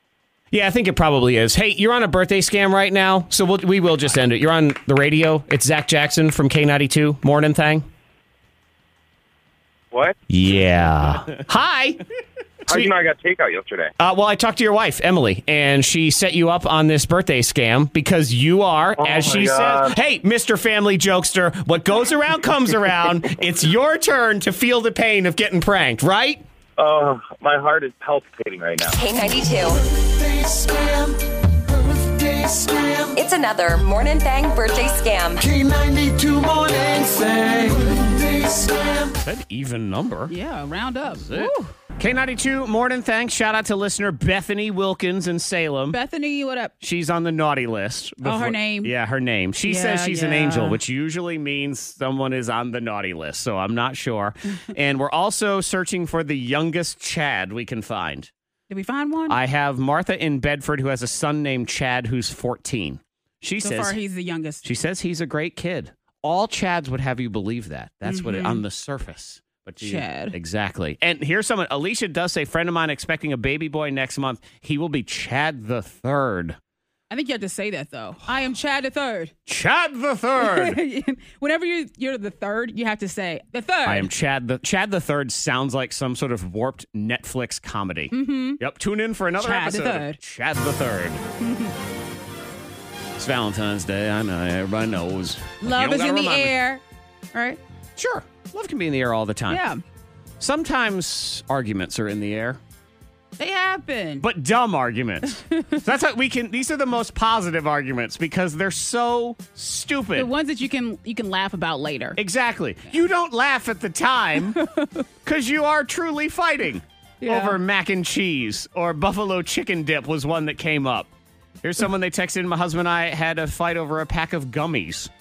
Speaker 4: Yeah, I think it probably is. Hey, you're on a birthday scam right now, so we'll, we will just end it. You're on the radio. It's Zach Jackson from K92 Morning Thing.
Speaker 11: What?
Speaker 4: Yeah. Hi.
Speaker 11: How do you know I got takeout yesterday?
Speaker 4: Uh, well, I talked to your wife, Emily, and she set you up on this birthday scam because you are, as
Speaker 11: Oh my
Speaker 4: she
Speaker 11: God.
Speaker 4: says, hey, Mr. Family Jokester, what goes around comes around. It's your turn to feel the pain of getting pranked, right?
Speaker 11: Oh, my heart is palpitating right now.
Speaker 10: K92. It's another Morning Thang birthday scam. K92 Morning
Speaker 4: An even number.
Speaker 5: Yeah, round up. Woo.
Speaker 4: K92 Morning Thanks. Shout out to listener Bethany Wilkins in Salem.
Speaker 5: Bethany, what up?
Speaker 4: She's on the naughty list.
Speaker 5: Oh, her name.
Speaker 4: Yeah, her name. She
Speaker 5: Yeah,
Speaker 4: says she's an
Speaker 5: yeah.
Speaker 4: angel, which usually means someone is on the naughty list. So I'm not sure. and we're also searching for the youngest Chad we can find.
Speaker 5: Did we find one?
Speaker 4: I have Martha in Bedford who has a son named Chad who's 14. She
Speaker 5: so
Speaker 4: says
Speaker 5: far, he's the youngest.
Speaker 4: she says he's a great kid. All Chads would have you believe that. That's what it on the surface. But do you-
Speaker 5: Mm-hmm. Chad.
Speaker 4: Exactly. And here's someone Alicia does say friend of mine expecting a baby boy next month. He will be Chad the 3rd.
Speaker 5: I think you have to say that though. I am Chad the third.
Speaker 4: Chad the 3rd.
Speaker 5: Whenever you you're the third, you have to say the third.
Speaker 4: I am Chad the Chad the 3rd sounds like some sort of warped Netflix comedy.
Speaker 5: Mm-hmm.
Speaker 4: Yep, tune in for another
Speaker 5: Chad the
Speaker 4: episode.
Speaker 5: Third.
Speaker 4: of Chad the 3rd. It's Valentine's Day. I know everybody knows. You
Speaker 5: Love
Speaker 4: don't
Speaker 5: is
Speaker 4: gotta
Speaker 5: in the
Speaker 4: remind me.
Speaker 5: air. All right.
Speaker 4: Sure. Love can be in the air all the time.
Speaker 5: Yeah.
Speaker 4: Sometimes arguments are in the air,
Speaker 5: They happen.
Speaker 4: but dumb arguments. so that's how we can these are the most positive arguments because they're so
Speaker 5: the
Speaker 4: stupid.
Speaker 5: ones that you can you can laugh about later.
Speaker 4: exactly. You don't laugh at the time cuz you are truly fighting
Speaker 5: Yeah.
Speaker 4: over mac and cheese or buffalo chicken dip was one that came up. Here's someone they texted in my husband and I had a fight over a pack of gummies.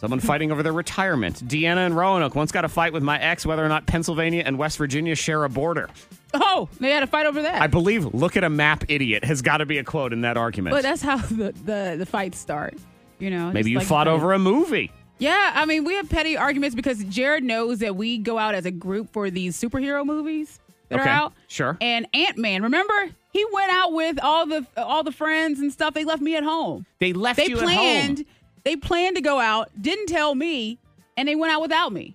Speaker 4: Someone fighting over their retirement. Deanna and Roanoke once got a fight with my ex whether or not Pennsylvania and West Virginia share a border.
Speaker 5: Oh, they had a fight over that.
Speaker 4: I believe look at a map idiot has got to be a quote in that argument.
Speaker 5: but that's how the, the the fights start. You know.
Speaker 4: Maybe
Speaker 5: just
Speaker 4: you
Speaker 5: like
Speaker 4: fought
Speaker 5: the-
Speaker 4: over a movie.
Speaker 5: Yeah, I mean, we have petty arguments because Jared knows that we go out as a group for these superhero movies that
Speaker 4: Okay,
Speaker 5: are out.
Speaker 4: sure.
Speaker 5: And Ant Man, remember? He went out with all the all the friends and stuff. They left me at home.
Speaker 4: They left
Speaker 5: They
Speaker 4: you
Speaker 5: planned.
Speaker 4: at home.
Speaker 5: They planned to go out. Didn't tell me, and they went out without me.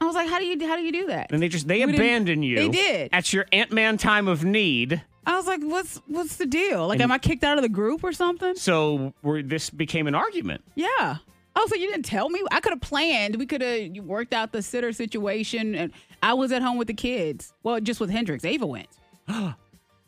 Speaker 5: I was like, "How do you how do you do that?"
Speaker 4: And they just they
Speaker 5: We didn't-
Speaker 4: abandoned you.
Speaker 5: They did.
Speaker 4: At your Ant-Man time of need.
Speaker 5: I was like, "What's what's the deal? Like, am I kicked out of the group or something?"
Speaker 4: So we this became an argument.
Speaker 5: Yeah. Oh, so you didn't tell me? I could have planned. We could have worked out the sitter situation. And I was at home with the kids. Well, just with Hendrix. Ava went.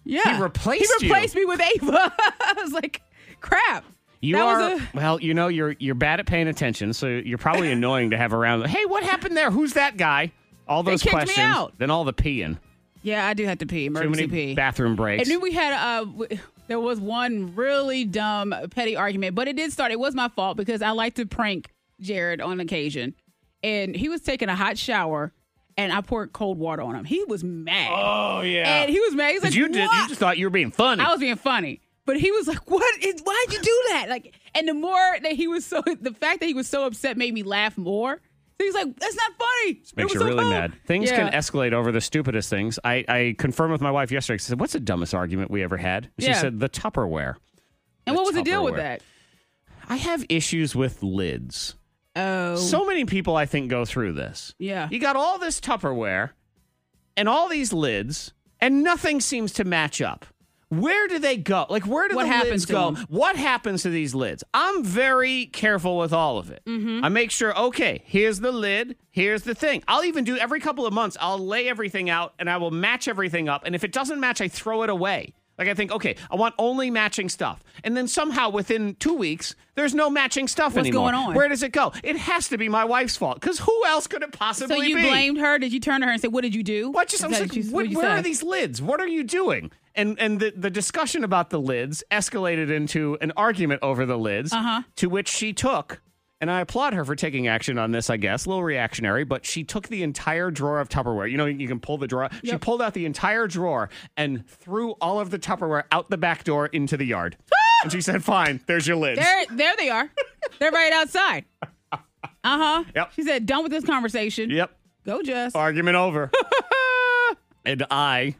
Speaker 5: yeah.
Speaker 4: He replaced
Speaker 5: He
Speaker 4: you.
Speaker 5: replaced me with Ava. I was like, crap.
Speaker 4: You
Speaker 5: that
Speaker 4: are
Speaker 5: was a
Speaker 4: well, you know you're you're bad at paying attention, so you're probably annoying to have around. Hey, what happened there? Who's that guy? All
Speaker 5: They
Speaker 4: those
Speaker 5: kicked me
Speaker 4: questions.
Speaker 5: out.
Speaker 4: Then all the peeing.
Speaker 5: yeah. I do have to pee.
Speaker 4: Too
Speaker 5: Emergency
Speaker 4: many
Speaker 5: pee.
Speaker 4: bathroom
Speaker 5: and
Speaker 4: breaks.
Speaker 5: then we had uh, w- there was one really dumb petty argument, but it did start. It was my fault because I like to prank Jared on occasion, and he was taking a hot shower, and I poured cold water on him. He was mad.
Speaker 4: oh yeah.
Speaker 5: And he was mad. He's like,
Speaker 4: you did
Speaker 5: "What?"
Speaker 4: you just thought you were being funny.
Speaker 5: I was being funny. But he was like, "What is? Why'd you do that?" Like, and the more that he was so, the fact that he was so upset made me laugh more. He's like, that's not funny. It
Speaker 4: Makes
Speaker 5: was
Speaker 4: you
Speaker 5: so
Speaker 4: really
Speaker 5: fun."
Speaker 4: mad. Things
Speaker 5: Yeah.
Speaker 4: can escalate over the stupidest things. I, I confirmed with my wife yesterday. She said, What's the dumbest argument we ever had? She
Speaker 5: Yeah.
Speaker 4: said, The Tupperware.
Speaker 5: And what was the deal with
Speaker 4: Tupperware.
Speaker 5: that?
Speaker 4: I have issues with lids.
Speaker 5: Oh,
Speaker 4: So many people, I think, go through this.
Speaker 5: yeah.
Speaker 4: You got all this Tupperware and all these lids, and nothing seems to match up. Where do they go? Like, where do
Speaker 5: What
Speaker 4: the
Speaker 5: happens
Speaker 4: lids
Speaker 5: to
Speaker 4: go?
Speaker 5: them?
Speaker 4: What happens to these lids? I'm very careful with all of it.
Speaker 5: Mm-hmm.
Speaker 4: I make sure, okay, here's the lid, here's the thing. I'll even do every couple of months, I'll lay everything out and I will match everything up. And if it doesn't match, I throw it away. Like, I think, okay, I want only matching stuff. And then somehow within two weeks, there's no matching stuff
Speaker 5: What's
Speaker 4: anymore.
Speaker 5: going on?
Speaker 4: Where does it go? It has to be my wife's fault because who else could it possibly
Speaker 5: So
Speaker 4: be?
Speaker 5: you blamed her? Did you turn to her and say, "What did you do?"
Speaker 4: What just,
Speaker 5: Is
Speaker 4: I'm
Speaker 5: that
Speaker 4: just like,
Speaker 5: you-
Speaker 4: what,
Speaker 5: you
Speaker 4: where are
Speaker 5: said?
Speaker 4: these lids? What are you doing? And and the, the discussion about the lids escalated into an argument over the lids,
Speaker 5: Uh-huh.
Speaker 4: to which she took, and I applaud her for taking action on this, I guess, a little reactionary, but she took the entire drawer of Tupperware. You know, you can pull the drawer. She
Speaker 5: Yep.
Speaker 4: pulled out the entire drawer and threw all of the Tupperware out the back door into the yard. and she said, fine, there's your lids.
Speaker 5: There, there they are. They're right outside. Uh huh.
Speaker 4: Yep.
Speaker 5: She said, "Done with this conversation."
Speaker 4: yep.
Speaker 5: Go, Jess.
Speaker 4: Argument over. and I,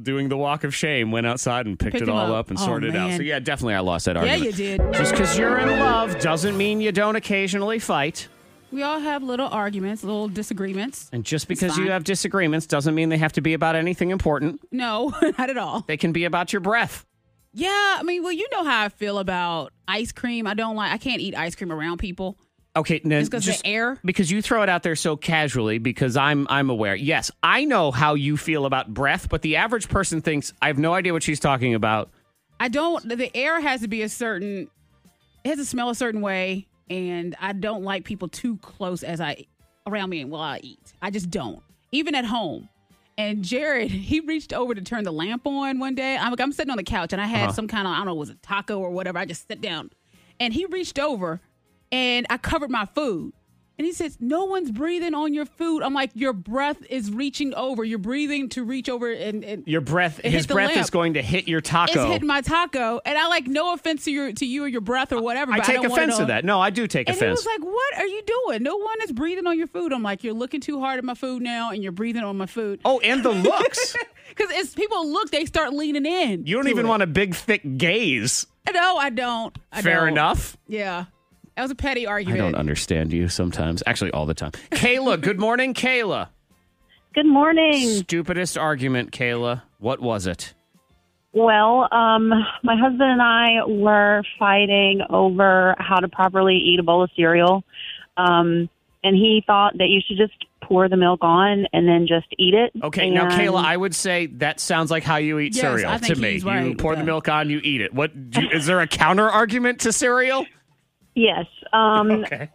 Speaker 4: doing the walk of shame, went outside and picked,
Speaker 5: Picked
Speaker 4: it
Speaker 5: him
Speaker 4: all
Speaker 5: up.
Speaker 4: up, and
Speaker 5: Oh,
Speaker 4: sorted it out.
Speaker 5: man.
Speaker 4: So, yeah, definitely I lost that
Speaker 5: yeah,
Speaker 4: argument.
Speaker 5: you did.
Speaker 4: Just because you're in love doesn't mean you don't occasionally fight.
Speaker 5: We all have little arguments, little disagreements.
Speaker 4: And just because you
Speaker 5: fine.
Speaker 4: have disagreements doesn't mean they have to be about anything important.
Speaker 5: No, not at all.
Speaker 4: They can be about your breath.
Speaker 5: Yeah, I mean, well, you know how I feel about ice cream. I don't like. I can't eat ice cream around people.
Speaker 4: Okay, now
Speaker 5: Just 'cause the air?
Speaker 4: because you throw it out there so casually. Because I'm I'm aware. Yes, I know how you feel about breath, but the average person thinks I have no idea what she's talking about.
Speaker 5: I don't. The the air has to be a certain. It has to smell a certain way, and I don't like people too close as I around me and while I eat. I just don't. Even at home. And Jared, he reached over to turn the lamp on one day. I'm like, I'm sitting on the couch, and I had some kind of I don't know, it was a taco or whatever. I just sat down, and he reached over, and I covered my food. And he says, "No one's breathing on your food." I'm like, "Your breath is reaching over. You're breathing to reach over and, and
Speaker 4: Your breath,
Speaker 5: It hit
Speaker 4: his
Speaker 5: the
Speaker 4: breath
Speaker 5: lamp.
Speaker 4: is going to hit your taco.
Speaker 5: it's hitting my taco, and I like no offense to your to you or your breath or whatever.
Speaker 4: I
Speaker 5: but
Speaker 4: take
Speaker 5: don't want it
Speaker 4: offense to
Speaker 5: on-
Speaker 4: that. No, I do take
Speaker 5: And he
Speaker 4: offense.
Speaker 5: was like, "What are you doing? No one is breathing on your food." I'm like, "You're looking too hard at my food now, and you're breathing on my food."
Speaker 4: oh, and the looks.
Speaker 5: because it's people look, they start leaning in.
Speaker 4: You don't
Speaker 5: to
Speaker 4: even
Speaker 5: it.
Speaker 4: want a big, thick gaze.
Speaker 5: No, I don't. I
Speaker 4: Fair
Speaker 5: don't.
Speaker 4: enough.
Speaker 5: Yeah, that was a petty
Speaker 4: I
Speaker 5: argument.
Speaker 4: don't understand you sometimes. Actually, all the time. Kayla, good morning, Kayla.
Speaker 9: Good morning.
Speaker 4: Stupidest argument, Kayla. What was it?
Speaker 9: Well, um, my husband and I were fighting over how to properly eat a bowl of cereal. Um, and he thought that you should just pour the milk on and then just eat it.
Speaker 4: Okay,
Speaker 9: and
Speaker 4: now Kayla, I would say that sounds like how you eat
Speaker 5: Yes,
Speaker 4: cereal
Speaker 5: I think
Speaker 4: to me.
Speaker 5: he's right
Speaker 4: you
Speaker 5: with
Speaker 4: pour the
Speaker 5: that.
Speaker 4: milk on, you eat it. What do you, is there a counter argument to cereal?
Speaker 9: Yes. Um,
Speaker 4: Okay.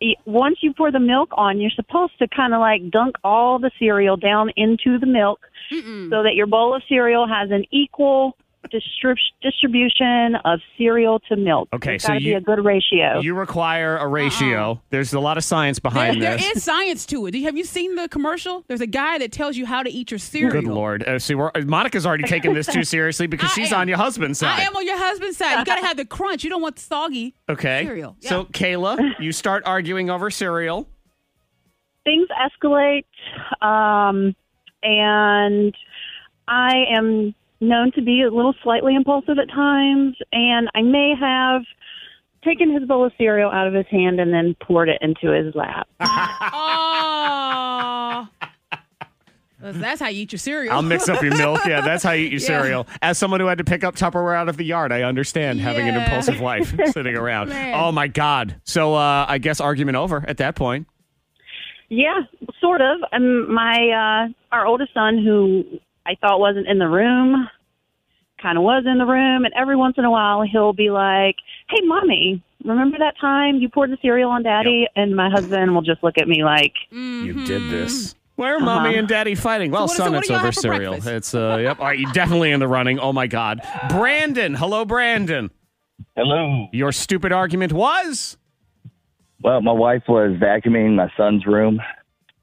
Speaker 9: y- Once you pour the milk on, you're supposed to kind of like dunk all the cereal down into the milk so that your bowl of cereal has an equal distrib- distribution of cereal to milk.
Speaker 4: Okay,
Speaker 9: it's
Speaker 4: so
Speaker 9: gotta
Speaker 4: you-
Speaker 9: be a good Uh-uh. ratio.
Speaker 4: You require a ratio. There's a lot of science
Speaker 5: There-
Speaker 4: behind
Speaker 5: there
Speaker 4: this.
Speaker 5: is science to it. Do you- Have you seen the commercial? There's a guy that tells you how to eat your cereal.
Speaker 4: Good lord. Uh, see, we're, Monica's already taken this too seriously because
Speaker 5: I
Speaker 4: she's
Speaker 5: am-
Speaker 4: on your husband's side.
Speaker 5: I am on your husband's side. You gotta have the crunch. You don't want soggy.
Speaker 4: Okay.
Speaker 5: Cereal,
Speaker 4: So, Kayla, you start arguing over cereal.
Speaker 9: things escalate um, and i am known to be a little slightly impulsive at times and i may have taken his bowl of cereal out of his hand and then poured it into his lap
Speaker 5: Oh. That's how you eat your cereal.
Speaker 4: I'll mix up your milk. Yeah, that's how you eat your
Speaker 5: Yeah.
Speaker 4: cereal. As someone who had to pick up Tupperware out of the yard, I understand having an
Speaker 5: Yeah.
Speaker 4: impulsive wife sitting around.
Speaker 5: Man.
Speaker 4: Oh my God. So, uh, I guess argument over at that point.
Speaker 9: yeah sort of um, my uh, our oldest son who i thought wasn't in the room kind of was in the room and every once in a while he'll be like hey mommy remember that time you poured the cereal on daddy and my husband will just look at me like
Speaker 4: You did this. Why are mommy and daddy fighting? Well,
Speaker 5: what- Mm-hmm. Uh-huh. so
Speaker 4: son,
Speaker 5: what
Speaker 4: it's
Speaker 5: do y'all
Speaker 4: over
Speaker 5: have for
Speaker 4: cereal.
Speaker 5: breakfast?
Speaker 4: It's uh, yep. All right, you're definitely in the running. Oh my God, Brandon. Hello, Brandon.
Speaker 12: Hello.
Speaker 4: Your stupid argument was.
Speaker 12: Well, my wife was vacuuming my son's room,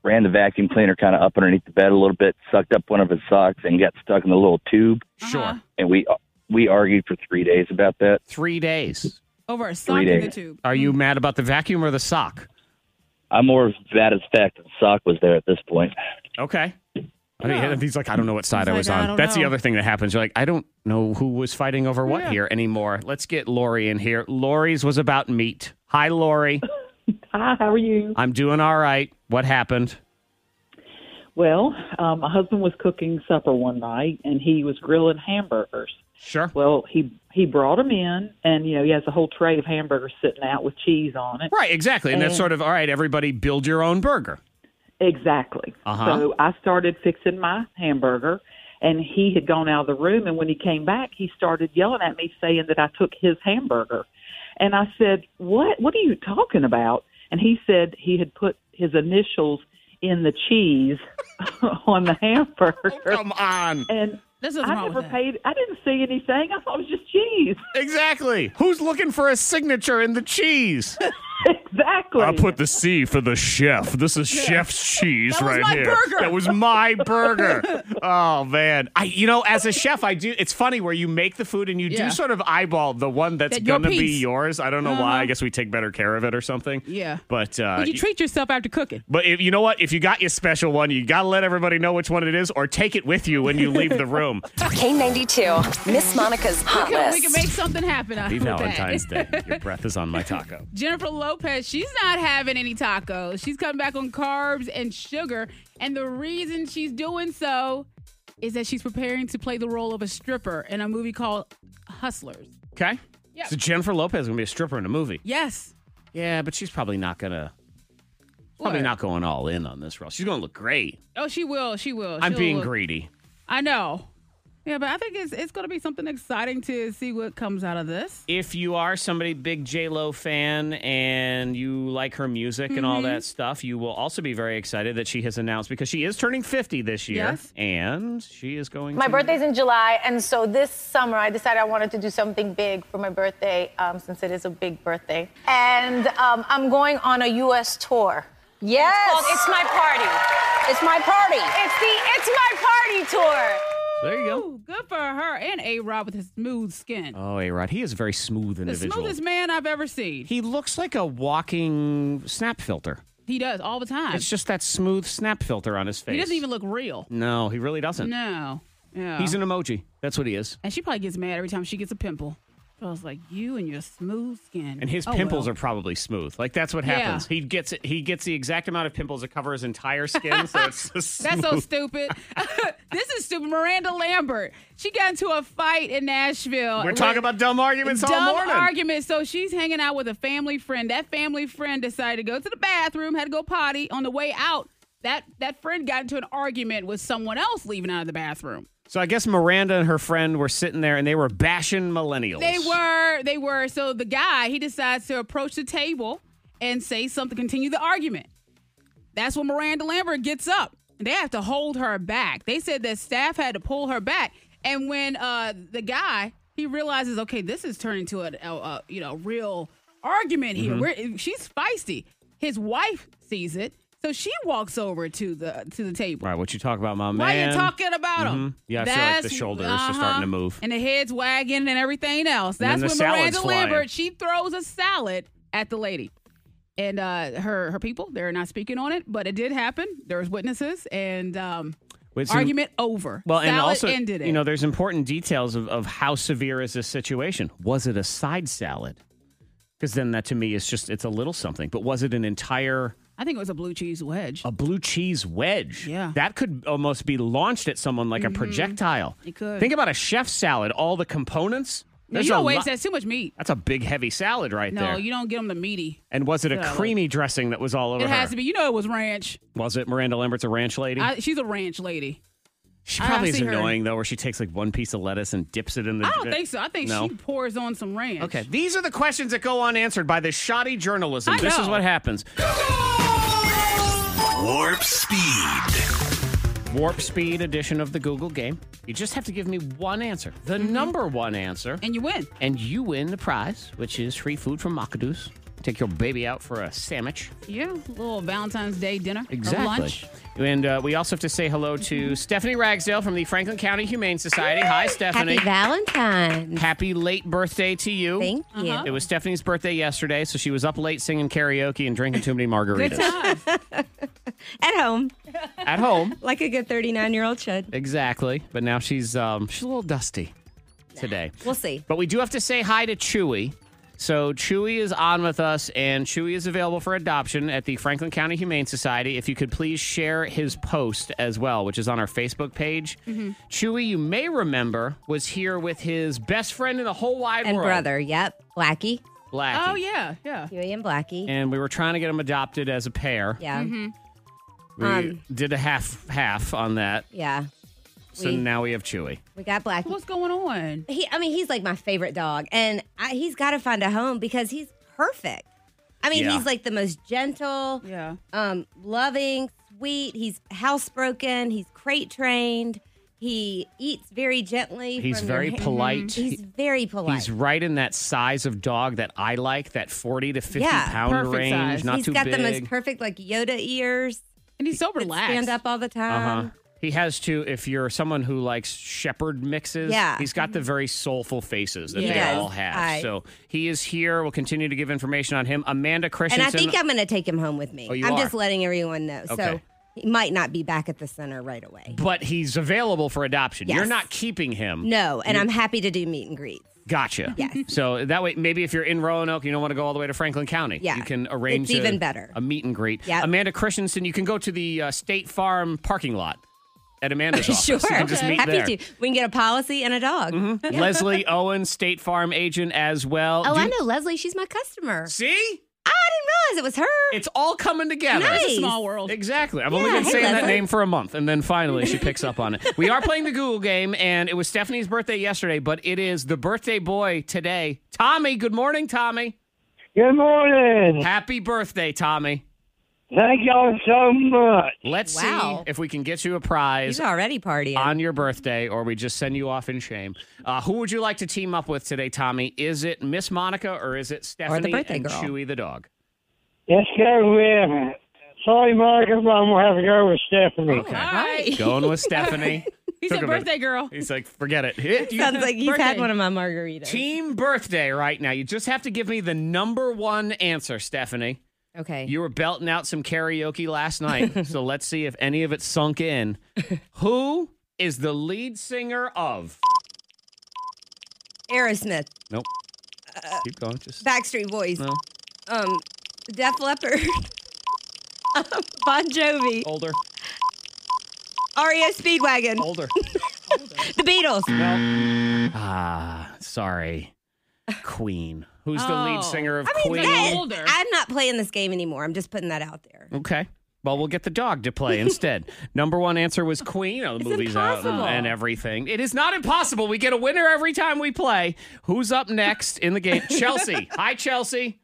Speaker 12: ran the vacuum cleaner kind of up underneath the bed a little bit, sucked up one of his socks, and got stuck in the little tube.
Speaker 5: Uh-huh.
Speaker 4: Sure.
Speaker 12: And we we argued for three days about that.
Speaker 4: Three days.
Speaker 5: Over a sock
Speaker 12: Three
Speaker 5: in the
Speaker 12: days. Uh,
Speaker 4: Hmm.
Speaker 5: tube.
Speaker 4: Are you mad about the vacuum or the sock?
Speaker 12: I'm more of that as fact than sock was there at this point.
Speaker 4: Okay. I mean, He's like, I don't know what side I was
Speaker 12: like, I
Speaker 4: on.
Speaker 12: don't
Speaker 4: That's the
Speaker 12: know.
Speaker 4: other thing that happens. You're like, I don't know who was fighting over what here anymore. Let's get Lori in here. Lori's was about meat. Hi, Lori.
Speaker 13: Hi, how are you?
Speaker 4: I'm doing all right. What happened?
Speaker 13: Well, um, my husband was cooking supper one night, and he was grilling hamburgers.
Speaker 4: Sure.
Speaker 13: Well, he he brought them in, and you know he has a whole tray of hamburgers sitting out with cheese on it.
Speaker 4: Right, exactly. And that's
Speaker 13: And-
Speaker 4: sort of all right, everybody build your own burger.
Speaker 13: Exactly.
Speaker 4: Uh-huh.
Speaker 13: So I started fixing my hamburger, and he had gone out of the room. And when he came back, he started yelling at me, saying that I took his hamburger. And I said, "What? What are you talking about?" And he said he had put his initials in the cheese on the hamburger.
Speaker 4: come on!
Speaker 13: And
Speaker 5: this
Speaker 13: I never paid. I didn't see anything. I thought it was just cheese.
Speaker 4: Exactly. Who's looking for a signature in the cheese?
Speaker 13: exactly.
Speaker 4: I put the C for the chef. This is chef's cheese
Speaker 8: That was
Speaker 4: right
Speaker 8: my
Speaker 4: here.
Speaker 8: burger.
Speaker 4: That was my burger. oh man. I you know, as a chef, I do it's funny where you make the food and you
Speaker 5: Yeah.
Speaker 4: do sort of eyeball the one that's
Speaker 5: That your
Speaker 4: gonna be
Speaker 5: piece.
Speaker 4: yours. I don't know
Speaker 5: Uh-huh.
Speaker 4: why. I guess we take better care of it or something.
Speaker 5: Yeah.
Speaker 4: But uh
Speaker 5: But you
Speaker 4: y-
Speaker 5: treat yourself after cooking.
Speaker 4: But if, you know what? If you got your special one, you got to let everybody know which one it is or take it with you when you leave the room.
Speaker 10: K92, Miss Monica's
Speaker 5: We
Speaker 10: Hot
Speaker 5: can, we
Speaker 10: List.
Speaker 5: can make something happen out
Speaker 4: Happy
Speaker 5: of that.
Speaker 4: Valentine's Day. Your breath is on my taco.
Speaker 5: Jennifer Lopez, she's not having any tacos. She's coming back on carbs and sugar. And the reason she's doing so is that she's preparing to play the role of a stripper in a movie called Hustlers.
Speaker 4: Okay? So Jennifer Lopez is going to be a stripper in a movie.
Speaker 5: Yes.
Speaker 4: Yeah, but she's probably not going to. Probably
Speaker 5: What?
Speaker 4: not going all in on this role. She's going to look great.
Speaker 5: Oh, she will. She will.
Speaker 4: I'm
Speaker 5: She'll
Speaker 4: being
Speaker 5: look-
Speaker 4: greedy.
Speaker 5: I know. Yeah, but I think it's it's going to be something exciting to see what comes out of this.
Speaker 4: If you are somebody big J Lo fan and you like her music and all
Speaker 5: Mhm.
Speaker 4: that stuff, you will also be very excited that she has announced because she is turning 50 this year,
Speaker 2: Yes.
Speaker 4: and she is going.
Speaker 2: My
Speaker 4: to-
Speaker 2: birthday's in July, and so this summer I decided I wanted to do something big for my birthday, um, since it is a big birthday. And um, I'm going on a U.S. tour. Yes. It's called It's My Party. It's my party. It's the It's My Party tour.
Speaker 4: There you go.
Speaker 5: Ooh, good for her and A Rod with his smooth skin.
Speaker 4: Oh, A Rod, he is a very smooth
Speaker 5: the
Speaker 4: individual.
Speaker 5: smoothest man I've ever seen.
Speaker 4: He looks like a walking snap filter.
Speaker 5: He does all the time.
Speaker 4: It's just that smooth snap filter on his face.
Speaker 5: he doesn't even look real.
Speaker 4: No, he really doesn't.
Speaker 5: No. Yeah.
Speaker 4: He's an emoji. That's what he is.
Speaker 5: And she probably gets mad every time she gets a pimple. So I was like, you and your smooth skin. Oh,
Speaker 4: And his pimples are probably smooth. Like that's what
Speaker 5: Yeah.
Speaker 4: happens. He gets it. He gets the exact amount of pimples to cover his entire skin. so it's just
Speaker 5: That's so
Speaker 4: smooth.
Speaker 5: stupid. this is stupid. Miranda Lambert. She got into a fight in Nashville.
Speaker 4: We're talking about dumb arguments
Speaker 5: dumb
Speaker 4: all morning.
Speaker 5: arguments. So she's hanging out with a family friend. That family friend decided to go to the bathroom, had to go potty. On the way out, that that friend got into an argument with someone else leaving out of the bathroom.
Speaker 4: so I guess Miranda and her friend were sitting there and they were bashing millennials.
Speaker 5: They were, they were. So the guy, he decides to approach the table and say something, continue the argument. That's when Miranda Lambert gets up. They have to hold her back. They said that staff had to pull her back. And when uh, the guy, he realizes, okay, this is turning to a, a, a you know real argument here.
Speaker 14: Mhm.
Speaker 5: We're, she's feisty. His wife sees it, so she walks over to the to the table.
Speaker 4: Right, what you talk about, my
Speaker 5: Why
Speaker 4: man?
Speaker 5: you talking about him?
Speaker 4: Mhm. Yeah, I feel like the shoulders are starting to move.
Speaker 5: And the head's wagging and everything else.
Speaker 4: And then
Speaker 5: That's when
Speaker 4: the
Speaker 5: Miranda
Speaker 4: salad's flying.
Speaker 5: Lambert, she throws a salad at the lady. And uh, her her people, they're not speaking on it, but it did happen. There was witnesses and um,
Speaker 4: Wait, so-
Speaker 5: argument over.
Speaker 4: Well,
Speaker 5: salad
Speaker 4: and also,
Speaker 5: ended it.
Speaker 4: you know, there's important details of, of how severe is this situation. Was it a side salad? Because then that to me is just, it's a little something. But was it an entire,
Speaker 5: I think it was a blue cheese wedge.
Speaker 4: a blue cheese wedge?
Speaker 5: Yeah.
Speaker 4: That could almost be launched at someone like
Speaker 5: Mhm.
Speaker 4: a projectile.
Speaker 5: It could.
Speaker 4: Think about a chef's salad, all the components.
Speaker 5: No,
Speaker 4: There's
Speaker 5: you don't
Speaker 4: a
Speaker 5: waste
Speaker 4: lot-
Speaker 5: that's too much meat.
Speaker 4: That's a big, heavy salad right
Speaker 5: no,
Speaker 4: there.
Speaker 5: you don't get them the meaty.
Speaker 4: and was it a
Speaker 5: salad.
Speaker 4: creamy dressing that was all over
Speaker 5: It
Speaker 4: her?
Speaker 5: has to be. You know, it was ranch.
Speaker 4: Was it Miranda Lambert's a ranch lady?
Speaker 5: I, she's a ranch lady.
Speaker 4: she
Speaker 5: I- I
Speaker 4: probably is
Speaker 5: see her.
Speaker 4: annoying, though, where she takes like one piece of lettuce and dips it in the.
Speaker 5: I don't think so. I think
Speaker 4: No.
Speaker 5: she pours on some ranch.
Speaker 4: Okay, these are the questions that go unanswered by this shoddy journalism.
Speaker 5: I
Speaker 4: This is
Speaker 5: know.
Speaker 4: what happens.
Speaker 1: Warp speed.
Speaker 4: Warp speed edition of the Google game. You just have to give me one answer,
Speaker 5: Mm-hmm.
Speaker 4: the number one answer,
Speaker 5: and you win.
Speaker 4: And you win the prize, which is free food from Makadu's. Take your baby out for a sandwich.
Speaker 5: Yeah, little Valentine's Day dinner. or
Speaker 4: Exactly.
Speaker 5: Lunch.
Speaker 4: And uh, we also have to say hello to Stephanie Ragsdale from the Franklin County Humane Society. Hi, Stephanie.
Speaker 14: Happy Valentine's.
Speaker 4: Happy late birthday to you.
Speaker 14: Thank
Speaker 5: Uh-huh.
Speaker 14: you.
Speaker 4: It was Stephanie's birthday yesterday, so she was up late singing karaoke and drinking too many margaritas.
Speaker 14: At home.
Speaker 4: At home.
Speaker 14: Like a good 39 year old should.
Speaker 4: exactly. But now she's um, she's a little dusty today.
Speaker 14: We'll see.
Speaker 4: But we do have to say hi to Chewy. So Chewy is on with us, and Chewy is available for adoption at the Franklin County Humane Society. If you could please share his post as well, which is on our Facebook page.
Speaker 14: Mhm.
Speaker 4: Chewy, you may remember, was here with his best friend in the whole wide
Speaker 14: And
Speaker 4: world,
Speaker 14: brother. Yep. Blackie.
Speaker 4: Blackie.
Speaker 5: Oh,
Speaker 14: yeah. Yeah. Huey and Blackie.
Speaker 4: And we were trying to get him adopted as a pair.
Speaker 14: Yeah.
Speaker 5: Mm-hmm.
Speaker 4: We
Speaker 14: Um,
Speaker 4: did a half half on that.
Speaker 14: Yeah.
Speaker 4: So
Speaker 14: we-
Speaker 4: now we have Chewy.
Speaker 14: We got Blackie. What's going on? He, I mean, he's like my favorite dog, and I, he's got to find a home because he's perfect. I mean,
Speaker 15: Yeah.
Speaker 14: he's like the most gentle, yeah, um, loving, sweet. He's housebroken. He's crate trained. He eats very gently.
Speaker 4: He's
Speaker 14: from your
Speaker 4: very
Speaker 14: hand.
Speaker 4: polite.
Speaker 14: He's very polite.
Speaker 4: He's right in that size of dog that I like, that 40 to fifty
Speaker 14: yeah,
Speaker 4: pound range, not
Speaker 14: He's
Speaker 4: too
Speaker 14: got
Speaker 4: big.
Speaker 14: the most perfect like Yoda ears, and he's so relaxed. Stand up all the time.
Speaker 4: uh-huh. He has to, if you're someone who likes shepherd mixes,
Speaker 14: Yeah. Mm-hmm.
Speaker 4: he's got the very soulful faces that
Speaker 14: He
Speaker 4: they
Speaker 14: does.
Speaker 4: all have.
Speaker 14: I-
Speaker 4: so he is here. We'll continue to give information on him. Amanda
Speaker 14: And
Speaker 4: Christensen.
Speaker 14: I think I'm going to take him home with me.
Speaker 4: Oh, you
Speaker 14: I'm
Speaker 4: are?
Speaker 14: just letting everyone know. So
Speaker 4: Okay.
Speaker 14: he might not be back at the center right away.
Speaker 4: But he's available for adoption. You're
Speaker 14: Yes.
Speaker 4: not keeping him.
Speaker 14: No, and
Speaker 4: You're-
Speaker 14: I'm happy to do meet and greets.
Speaker 4: Gotcha. Yes. So that way, maybe if you're in Roanoke, you don't want to go all the way to Franklin County.
Speaker 14: Yeah.
Speaker 4: You can arrange
Speaker 14: It's
Speaker 4: a-
Speaker 14: even better.
Speaker 4: a meet and greet.
Speaker 14: Yep.
Speaker 4: Amanda Christensen, you can go to the uh, State Farm parking lot at Amanda's office. You can just meet
Speaker 14: happy
Speaker 4: there. Mm-hmm.
Speaker 14: to. We can get a policy and a dog. Yeah.
Speaker 4: Leslie Owen, State Farm agent as well.
Speaker 14: Oh,
Speaker 4: Do
Speaker 14: I
Speaker 4: you-
Speaker 14: know Leslie. She's my customer.
Speaker 4: See?
Speaker 14: Oh, I didn't realize it was her.
Speaker 4: It's all coming together.
Speaker 14: Nice.
Speaker 4: It's a small
Speaker 14: world.
Speaker 4: Exactly. I've
Speaker 14: Yeah,
Speaker 4: only been
Speaker 14: hey,
Speaker 4: saying that
Speaker 14: Leslie.
Speaker 4: name for a month, and then finally she picks up on it. We are playing the Google game, and it was Stephanie's birthday yesterday, but it is the birthday boy today, Tommy. Good morning, Tommy.
Speaker 16: Good morning.
Speaker 4: Happy birthday, Tommy.
Speaker 16: Thank y'all so much.
Speaker 4: Let's
Speaker 16: Wow.
Speaker 4: see if we can get you a prize.
Speaker 14: He's already partying.
Speaker 4: On your birthday, or we just send you off in shame. Uh, who would you like to team up with today, Tommy? Is it Miss Monica or is it Stephanie
Speaker 16: birthday
Speaker 4: and
Speaker 16: girl.
Speaker 4: Chewy the dog?
Speaker 16: Let's go with. Sorry, Monica, but I'm gonna have to go with Stephanie.
Speaker 5: right.
Speaker 4: Going with Stephanie.
Speaker 5: He
Speaker 4: Took
Speaker 5: said
Speaker 4: a minute.
Speaker 5: birthday girl.
Speaker 4: He's like, forget it. It- you-
Speaker 14: Sounds like he's had
Speaker 4: Birthday.
Speaker 14: one of my margaritas.
Speaker 4: Team birthday right now. You just have to give me the number one answer, Stephanie.
Speaker 14: Okay.
Speaker 4: You were belting out some karaoke last night, so let's see if any of it sunk in. Who is the lead singer of?
Speaker 14: Aerosmith,
Speaker 4: Nope.
Speaker 14: Uh,
Speaker 4: Keep going. Just
Speaker 14: Backstreet Boys,
Speaker 4: no.
Speaker 14: um, Def Leppard, Um, Bon Jovi,
Speaker 4: older,
Speaker 14: REO Speedwagon,
Speaker 4: older,
Speaker 14: the Beatles.
Speaker 4: Ah, sorry. Queen. Who's the
Speaker 14: Oh.
Speaker 4: lead singer of
Speaker 14: I mean,
Speaker 4: Queen?
Speaker 14: that- I'm not playing this game anymore. I'm just putting that out there.
Speaker 4: Okay. Well, we'll get the dog to play instead. Number one answer was Queen. You know, the movie's out
Speaker 14: impossible.
Speaker 4: and, and everything. It is not impossible. We get a winner every time we play. Who's up next in the game? Chelsea. Hi, Chelsea.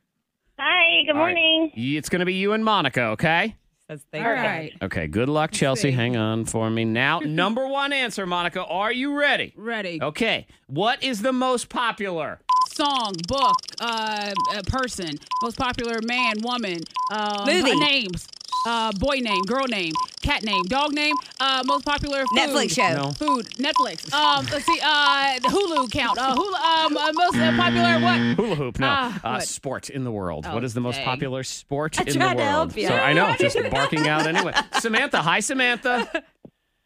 Speaker 17: Hi, good
Speaker 4: All right.
Speaker 17: morning.
Speaker 4: Y- It's going to be you and Monica, okay?
Speaker 17: All
Speaker 14: you.
Speaker 17: right.
Speaker 4: Okay, good luck, Chelsea. Hang on for me now. Number one answer, Monica. Are you ready?
Speaker 5: Ready.
Speaker 4: Okay. What is the most popular?
Speaker 5: Song, book, uh, uh, person, most popular man, woman, uh,
Speaker 4: Movie.
Speaker 5: names, uh, boy name, girl name, cat name, dog name, uh, most popular food.
Speaker 14: Netflix show. No.
Speaker 5: Food, Netflix. Um, let's see, uh, Hulu count. Uh, Hulu, um, uh, most uh, popular what?
Speaker 4: Hula hoop. No,
Speaker 5: Ah,
Speaker 4: uh,
Speaker 5: what?
Speaker 4: sport in the world.
Speaker 5: Oh,
Speaker 4: what is the most
Speaker 5: dang.
Speaker 4: popular sport
Speaker 5: I
Speaker 4: in the
Speaker 5: tried
Speaker 4: world?
Speaker 5: to help you.
Speaker 4: So I know,
Speaker 5: Yeah, I
Speaker 4: just
Speaker 5: did.
Speaker 4: barking out anyway. Samantha, hi, Samantha.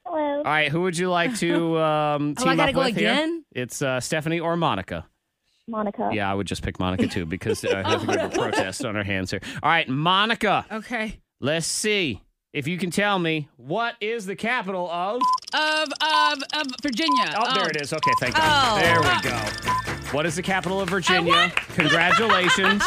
Speaker 17: Hello.
Speaker 4: All right, who would you like to um,
Speaker 17: Oh,
Speaker 4: team
Speaker 17: I gotta
Speaker 4: up
Speaker 17: go
Speaker 4: with here?
Speaker 17: again?
Speaker 4: It's uh, Stephanie or Monica.
Speaker 17: Monica.
Speaker 4: Yeah, I would just pick Monica too because uh, I have a
Speaker 17: Oh,
Speaker 4: protest on our hands here. All right, Monica.
Speaker 5: Okay.
Speaker 4: Let's see if you can tell me what is the capital of.
Speaker 5: Of, of, of Virginia. Um,
Speaker 4: Oh, there it is. Okay, thank
Speaker 5: Oh.
Speaker 4: God. There we go. What is the capital of Virginia? Congratulations.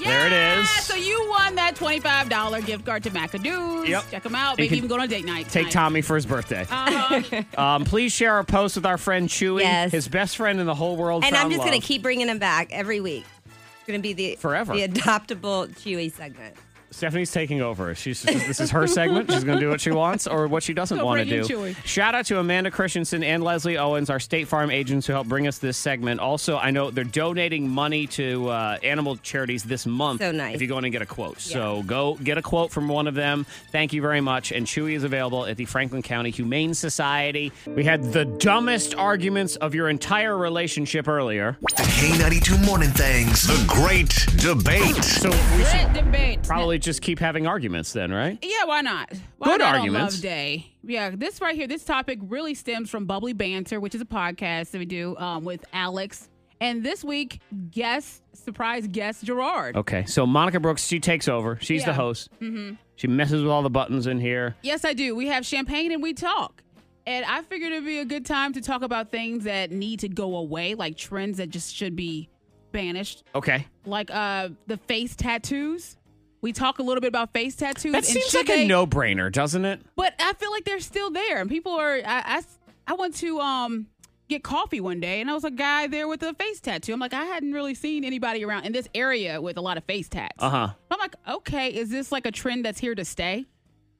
Speaker 4: There it is.
Speaker 5: So you won that $25 gift card to McAdoo's.
Speaker 4: Yep.
Speaker 5: Check them out.
Speaker 4: You
Speaker 5: Maybe
Speaker 4: can
Speaker 5: even go on a date night.
Speaker 4: Take
Speaker 5: tonight.
Speaker 4: Tommy for his birthday.
Speaker 5: Uh-huh.
Speaker 4: Um, please share our post with our friend Chewy,
Speaker 14: Yes.
Speaker 4: his best friend in the whole world.
Speaker 14: And I'm
Speaker 4: found
Speaker 14: just going
Speaker 4: love.
Speaker 14: to keep bringing him back every week. It's going to be the
Speaker 4: Forever.
Speaker 14: the adoptable Chewy segment.
Speaker 4: Stephanie's taking over. She's this is her segment. She's going to do what she wants or what she doesn't
Speaker 5: Go
Speaker 4: want to
Speaker 5: bring in
Speaker 4: do.
Speaker 5: Chewy.
Speaker 4: Shout out to Amanda Christensen and Leslie Owens, our State Farm agents who helped bring us this segment. Also, I know they're donating money to uh, animal charities this month.
Speaker 14: So nice.
Speaker 4: If you go in and get a quote, so go get a quote from one of them. Thank you very much. And Chewy is available at the Franklin County Humane Society. We had the dumbest arguments of your entire relationship earlier.
Speaker 1: K92 Morning Things. The Great Debate.
Speaker 4: So we should
Speaker 5: Good debate.
Speaker 4: probably just keep having arguments then, right?
Speaker 5: Yeah, why not? Why
Speaker 4: Good
Speaker 5: not on
Speaker 4: arguments.
Speaker 5: Love Day. Yeah, this right here, this topic really stems from Bubbly Banter, which is a podcast that we do um, with Alex. And this week, guest surprise guest Gerard.
Speaker 4: Okay, so Monica Brooks, she takes over. She's the
Speaker 5: Yeah.
Speaker 4: host.
Speaker 5: hmm
Speaker 4: She messes with all the buttons in here.
Speaker 5: Yes, I do. We have champagne and we talk. And I figured it'd be a good time to talk about things that need to go away, like trends that just should be banished,
Speaker 4: Okay.
Speaker 5: like uh the face tattoos. We talk a little bit about face tattoos.
Speaker 4: That
Speaker 5: and
Speaker 4: seems
Speaker 5: should
Speaker 4: like
Speaker 5: they-
Speaker 4: a no brainer, doesn't it?
Speaker 5: But I feel like they're still there, and people are. I, I, I went to um get coffee one day, and I was a guy there with a face tattoo. I'm like, I hadn't really seen anybody around in this area with a lot of face tats.
Speaker 4: Uh huh.
Speaker 5: I'm like, okay, is this like a trend that's here to stay,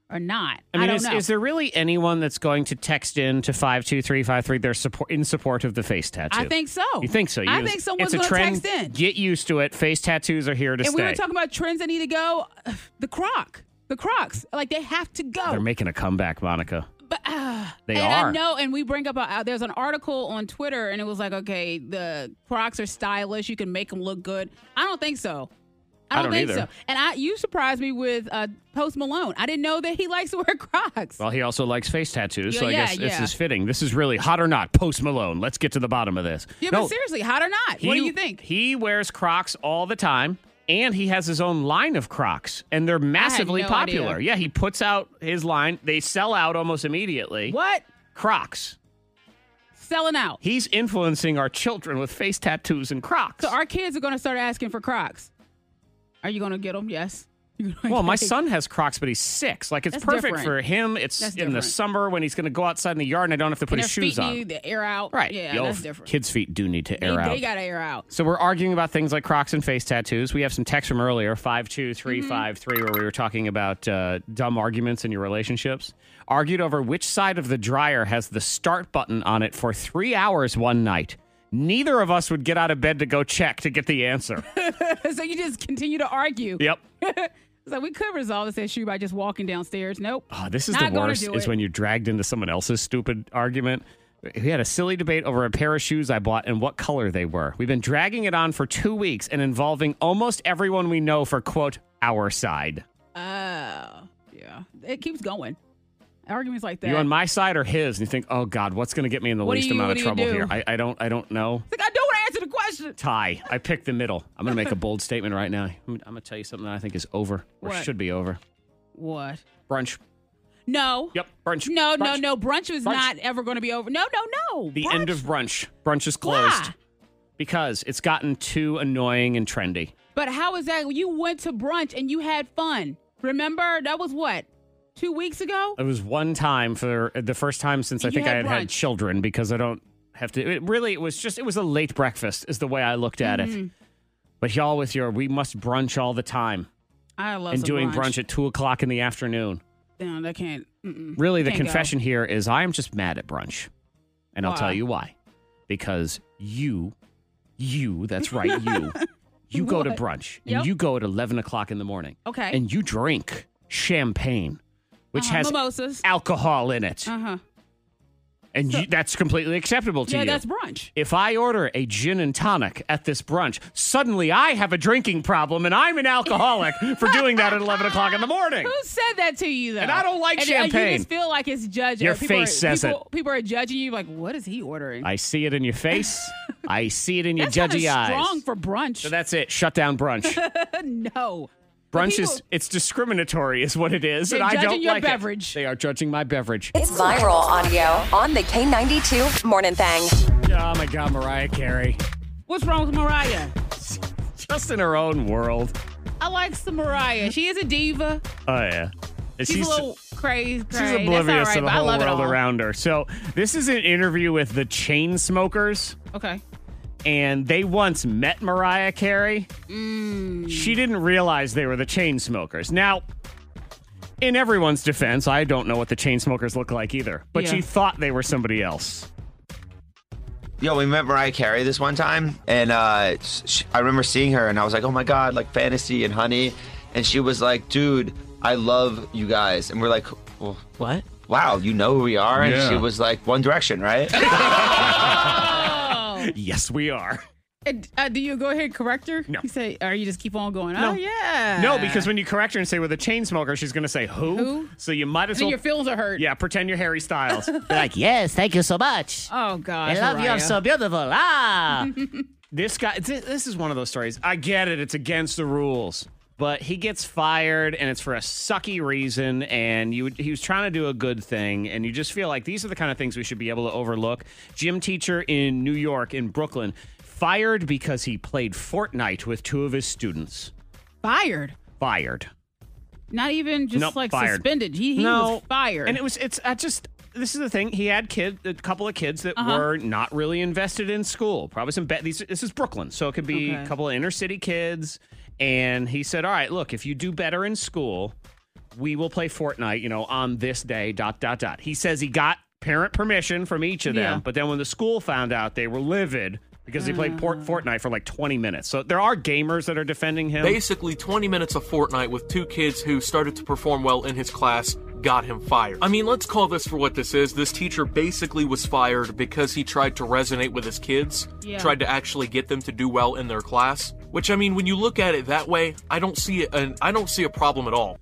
Speaker 5: or not?
Speaker 4: I mean,
Speaker 5: don't
Speaker 4: is,
Speaker 5: know.
Speaker 4: is there really anyone that's going to text in to 52353 they're support, in support of the face tattoo?
Speaker 5: I think so.
Speaker 4: You think so? You
Speaker 5: I think someone's
Speaker 4: it's
Speaker 5: gonna
Speaker 4: a trend.
Speaker 5: text in.
Speaker 4: Get used to it. Face tattoos are here to
Speaker 5: and
Speaker 4: stay.
Speaker 5: we were talking about trends that need to go. The croc, the crocs, like they have to go.
Speaker 4: They're making a comeback, Monica.
Speaker 5: But, ah,
Speaker 4: They
Speaker 5: and
Speaker 4: are.
Speaker 5: I know, and we bring up a, uh, there's an article on Twitter, and it was like, okay, the Crocs are stylish. You can make them look good. I don't think so. I
Speaker 4: I
Speaker 5: don't,
Speaker 4: don't
Speaker 5: think
Speaker 4: either.
Speaker 5: so. And I, you surprised me with uh, Post Malone. I didn't know that he likes to wear Crocs.
Speaker 4: Well, he also likes face tattoos,
Speaker 5: Yeah,
Speaker 4: so I
Speaker 5: yeah,
Speaker 4: guess this
Speaker 5: yeah.
Speaker 4: is fitting. This is really hot or not, Post Malone. Let's get to the bottom of this.
Speaker 5: yeah,
Speaker 4: no,
Speaker 5: but seriously, hot or not? what do
Speaker 4: He-
Speaker 5: you think?
Speaker 4: He wears Crocs all the time, and he has his own line of Crocs, and they're massively
Speaker 5: no
Speaker 4: popular.
Speaker 5: idea.
Speaker 4: Yeah, he puts out his line. They sell out almost immediately.
Speaker 5: What?
Speaker 4: Crocs.
Speaker 5: Selling out.
Speaker 4: He's influencing our children with face tattoos and Crocs.
Speaker 5: So our kids are going to start asking for Crocs. Are you going to get them? Yes.
Speaker 4: Well, my son has Crocs, but he's six. Like it's
Speaker 5: That's
Speaker 4: perfect
Speaker 5: different.
Speaker 4: for him. It's
Speaker 5: That's
Speaker 4: in the
Speaker 5: different.
Speaker 4: summer when he's going to go outside in the yard, and I don't have to put
Speaker 5: and
Speaker 4: his shoes
Speaker 5: feet
Speaker 4: on.
Speaker 5: need to air out.
Speaker 4: Right.
Speaker 5: Yeah,
Speaker 4: Yo,
Speaker 5: that's
Speaker 4: f-
Speaker 5: different.
Speaker 4: Kids' feet do need to
Speaker 5: They,
Speaker 4: air out.
Speaker 5: they got to air out.
Speaker 4: So we're arguing about things like Crocs and face tattoos. We have some text from earlier,
Speaker 5: Mm-hmm.
Speaker 4: 52353, where we were talking about uh, dumb arguments in your relationships. Argued over which side of the dryer has the start button on it for three hours one night. Neither of us would get out of bed to go check to get the answer.
Speaker 5: so you just continue to argue.
Speaker 4: yep.
Speaker 5: So we could resolve this issue by just walking downstairs. Nope.
Speaker 4: Oh, this is
Speaker 5: Not
Speaker 4: the
Speaker 5: gonna
Speaker 4: worst
Speaker 5: do
Speaker 4: is
Speaker 5: it.
Speaker 4: when you're dragged into someone else's stupid argument. We had a silly debate over a pair of shoes I bought and what color they were. We've been dragging it on for two weeks and involving almost everyone we know for, quote, our side.
Speaker 5: Oh, yeah. It keeps going. Arguments like that.
Speaker 4: You on my side or his? And you think, oh God, what's going to get me in the
Speaker 5: What do
Speaker 4: least
Speaker 5: you-
Speaker 4: amount
Speaker 5: what
Speaker 4: of
Speaker 5: do you
Speaker 4: trouble
Speaker 5: do?
Speaker 4: here? I, I don't, I don't know.
Speaker 5: It's like, I don't want to answer the question.
Speaker 4: Tie. I picked the middle. I'm going to make a bold statement right now. I'm, I'm going to tell you something that I think is over or
Speaker 5: What?
Speaker 4: should be over.
Speaker 5: What?
Speaker 4: Brunch.
Speaker 5: No.
Speaker 4: Yep. Brunch.
Speaker 5: No, no,
Speaker 4: Brunch.
Speaker 5: no. Brunch is
Speaker 4: Brunch.
Speaker 5: not ever going to be over. No, no, no.
Speaker 4: The
Speaker 5: Brunch.
Speaker 4: end of brunch. Brunch is closed
Speaker 5: Why?
Speaker 4: because it's gotten too annoying and trendy.
Speaker 5: But how is that? You went to brunch and you had fun. Remember? That was what? Two weeks ago?
Speaker 4: It was one time for the first time since I
Speaker 5: You
Speaker 4: think I
Speaker 5: had
Speaker 4: had had
Speaker 5: brunch.
Speaker 4: children because I don't have to. It really, it was just it was a late breakfast is the way I looked at it.
Speaker 5: Mhm.
Speaker 4: But y'all with your we must brunch all the time
Speaker 5: I love
Speaker 4: and
Speaker 5: some
Speaker 4: doing
Speaker 5: brunch.
Speaker 4: brunch. at two o'clock in the afternoon.
Speaker 5: No, that can't. Mm-mm.
Speaker 4: Really, the
Speaker 5: Can't go.
Speaker 4: confession here is I am just mad at brunch, and I'll tell
Speaker 5: Why?
Speaker 4: you why. Because you, you, that's right, you, you go to
Speaker 5: What?
Speaker 4: brunch and
Speaker 5: Yep.
Speaker 4: you go at eleven o'clock in the morning.
Speaker 5: Okay.
Speaker 4: and you drink champagne, which
Speaker 5: Uh-huh,
Speaker 4: has
Speaker 5: mimosas.
Speaker 4: alcohol in it.
Speaker 5: Uh huh.
Speaker 4: And you, that's completely acceptable to
Speaker 5: Yeah,
Speaker 4: you.
Speaker 5: that's brunch.
Speaker 4: if I order a gin and tonic at this brunch, suddenly I have a drinking problem and I'm an alcoholic for doing that at 11 o'clock in the morning.
Speaker 5: Who said that to you though?
Speaker 4: And I don't like
Speaker 5: And, uh,
Speaker 4: champagne.
Speaker 5: You just feel like it's judging.
Speaker 4: Your
Speaker 5: or people
Speaker 4: face
Speaker 5: are,
Speaker 4: says
Speaker 5: people,
Speaker 4: it.
Speaker 5: People are judging you. Like, what is he ordering?
Speaker 4: I see it in your face. I see it in your
Speaker 5: That's kinda
Speaker 4: judgy eyes.
Speaker 5: Strong for brunch.
Speaker 4: so that's it. Shut down brunch.
Speaker 5: no.
Speaker 4: Brunch is it's discriminatory is what it is,
Speaker 5: They're
Speaker 4: and I
Speaker 5: judging
Speaker 4: don't
Speaker 5: your
Speaker 4: like
Speaker 5: beverage.
Speaker 4: it. They are judging my beverage.
Speaker 10: It's viral audio on the K92 Morning Thing.
Speaker 4: Oh my god, Mariah Carey.
Speaker 5: What's wrong with Mariah?
Speaker 4: Just in her own world.
Speaker 5: I like some Mariah. She is a diva.
Speaker 4: Oh yeah. And
Speaker 5: She's, a little crazy.
Speaker 4: She's
Speaker 5: cray.
Speaker 4: oblivious
Speaker 5: That's all right,
Speaker 4: to the
Speaker 5: but
Speaker 4: whole
Speaker 5: I love
Speaker 4: world
Speaker 5: it all.
Speaker 4: around her. So this is an interview with the chain smokers.
Speaker 5: Okay.
Speaker 4: and they once met Mariah Carey.
Speaker 18: Mm.
Speaker 4: She didn't realize they were the chain smokers. Now, in everyone's defense, I don't know what the chain smokers look like either, but
Speaker 15: Yeah.
Speaker 4: she thought they were somebody else.
Speaker 15: Yo, we met Mariah Carey this one time, and uh, sh I remember seeing her, and I was like, "Oh my god, like Fantasy and Honey," and she was like, "Dude, I love you guys," and we're like, well, "What? Wow, you know who we are?" And
Speaker 4: Yeah.
Speaker 15: she was like, "One Direction, right?"
Speaker 4: yes, we are.
Speaker 5: And, uh, do you go ahead and correct her?
Speaker 4: No.
Speaker 5: You say, or you just keep on going,
Speaker 4: No.
Speaker 5: oh, yeah.
Speaker 18: Uh.
Speaker 4: No, because when you correct her and say we're the chain smoker, she's going to say who?
Speaker 5: Who?
Speaker 4: So you might as
Speaker 5: Then
Speaker 4: well.
Speaker 5: your feelings are hurt.
Speaker 4: Yeah, pretend you're Harry Styles.
Speaker 18: like, yes, thank you so much.
Speaker 5: Oh, God.
Speaker 18: I love you. I'm so beautiful. Ah.
Speaker 4: This guy, th- this is one of those stories. I get it, it's against the rules, but he gets fired and it's for a sucky reason. And you, he was trying to do a good thing, and you just feel like these are the kind of things we should be able to overlook. Gym teacher in New York, in Brooklyn, fired because he played Fortnite with two of his students.
Speaker 5: Fired.
Speaker 4: Fired.
Speaker 5: Not even just
Speaker 4: Nope,
Speaker 5: like
Speaker 4: fired.
Speaker 5: suspended. He, he
Speaker 4: No.
Speaker 5: was fired.
Speaker 4: And it was it's I just this is the thing. He had kid a couple of kids that
Speaker 5: Uh-huh.
Speaker 4: were not really invested in school. Probably some bet these this is Brooklyn. So it could be
Speaker 5: Okay.
Speaker 4: a couple of inner city kids. And he said, All right, look, if you do better in school, we will play Fortnite, you know, on this day, dot dot dot. He says he got parent permission from each of them,
Speaker 5: Yeah.
Speaker 4: but then when the school found out they were livid because he played
Speaker 5: Ah.
Speaker 4: port Fortnite for like 20 minutes. So there are gamers that are defending him.
Speaker 19: Basically, 20 minutes of Fortnite with two kids who started to perform well in his class got him fired. I mean, let's call this for what this is. This teacher basically was fired because he tried to resonate with his kids,
Speaker 20: Yeah.
Speaker 19: tried to actually get them to do well in their class. Which I mean, when you look at it that way, I don't see an I don't see a problem at all.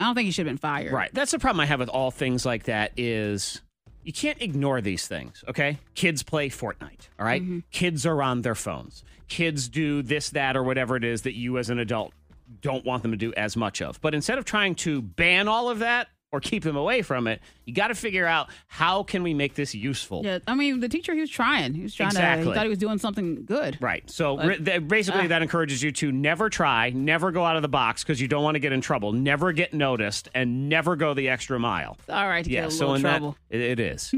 Speaker 5: I don't think he should have been fired.
Speaker 4: Right. That's the problem I have with all things like that is you can't ignore these things, okay? Kids play Fortnite, all right?
Speaker 5: Mm-hmm.
Speaker 4: Kids are on their phones. Kids do this, that, or whatever it is that you as an adult don't want them to do as much of. But instead of trying to ban all of that or keep them away from it, you got to figure out how can we make this useful?
Speaker 5: Yeah. I mean, the teacher, he was trying. He was trying to,
Speaker 4: Exactly.
Speaker 5: he thought he was doing something good.
Speaker 4: Right. So
Speaker 5: Like,
Speaker 4: re- that- basically,
Speaker 5: ah.
Speaker 4: that encourages you to never try, never go out of the box because you don't want to get in trouble, never get noticed, and never go the extra mile.
Speaker 5: It's all right to
Speaker 4: yeah.
Speaker 5: get a
Speaker 4: so
Speaker 5: little
Speaker 4: in
Speaker 5: trouble.
Speaker 4: that, it- it is.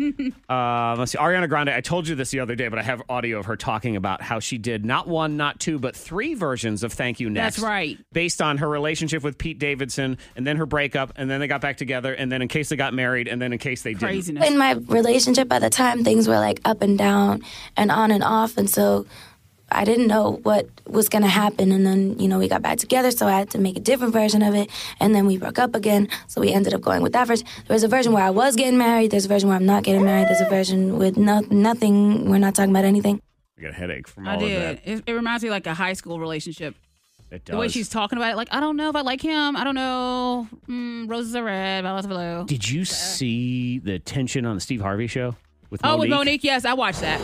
Speaker 4: um, let's see. Ariana Grande. I told you this the other day, but I have audio of her talking about how she did not one, not two, but three versions of "Thank You Next."
Speaker 5: That's right.
Speaker 4: Based on her relationship with Pete Davidson, and then her breakup, and then they got back together, and then in case they got married, and then in case they didn't.
Speaker 21: In my relationship at the time, things were like up and down and on and off. And so I didn't know what was going to happen. And then, you know, we got back together. So I had to make a different version of it. And then we broke up again. So we ended up going with that version. There was a version where I was getting married. There's a version where I'm not getting married. There's a version with no- nothing. We're not talking about anything.
Speaker 4: I got a headache from
Speaker 5: I
Speaker 4: all of
Speaker 5: did.
Speaker 4: that.
Speaker 5: It, it reminds me of, like a high school relationship.
Speaker 4: It
Speaker 5: The way
Speaker 4: does.
Speaker 5: she's talking about it, like, I don't know if I like him. I don't know. Mm, roses are red, violets are blue.
Speaker 4: Did you see the tension on the Steve Harvey show with
Speaker 5: Oh, with
Speaker 4: Monique?
Speaker 5: Monique, yes, I watched that.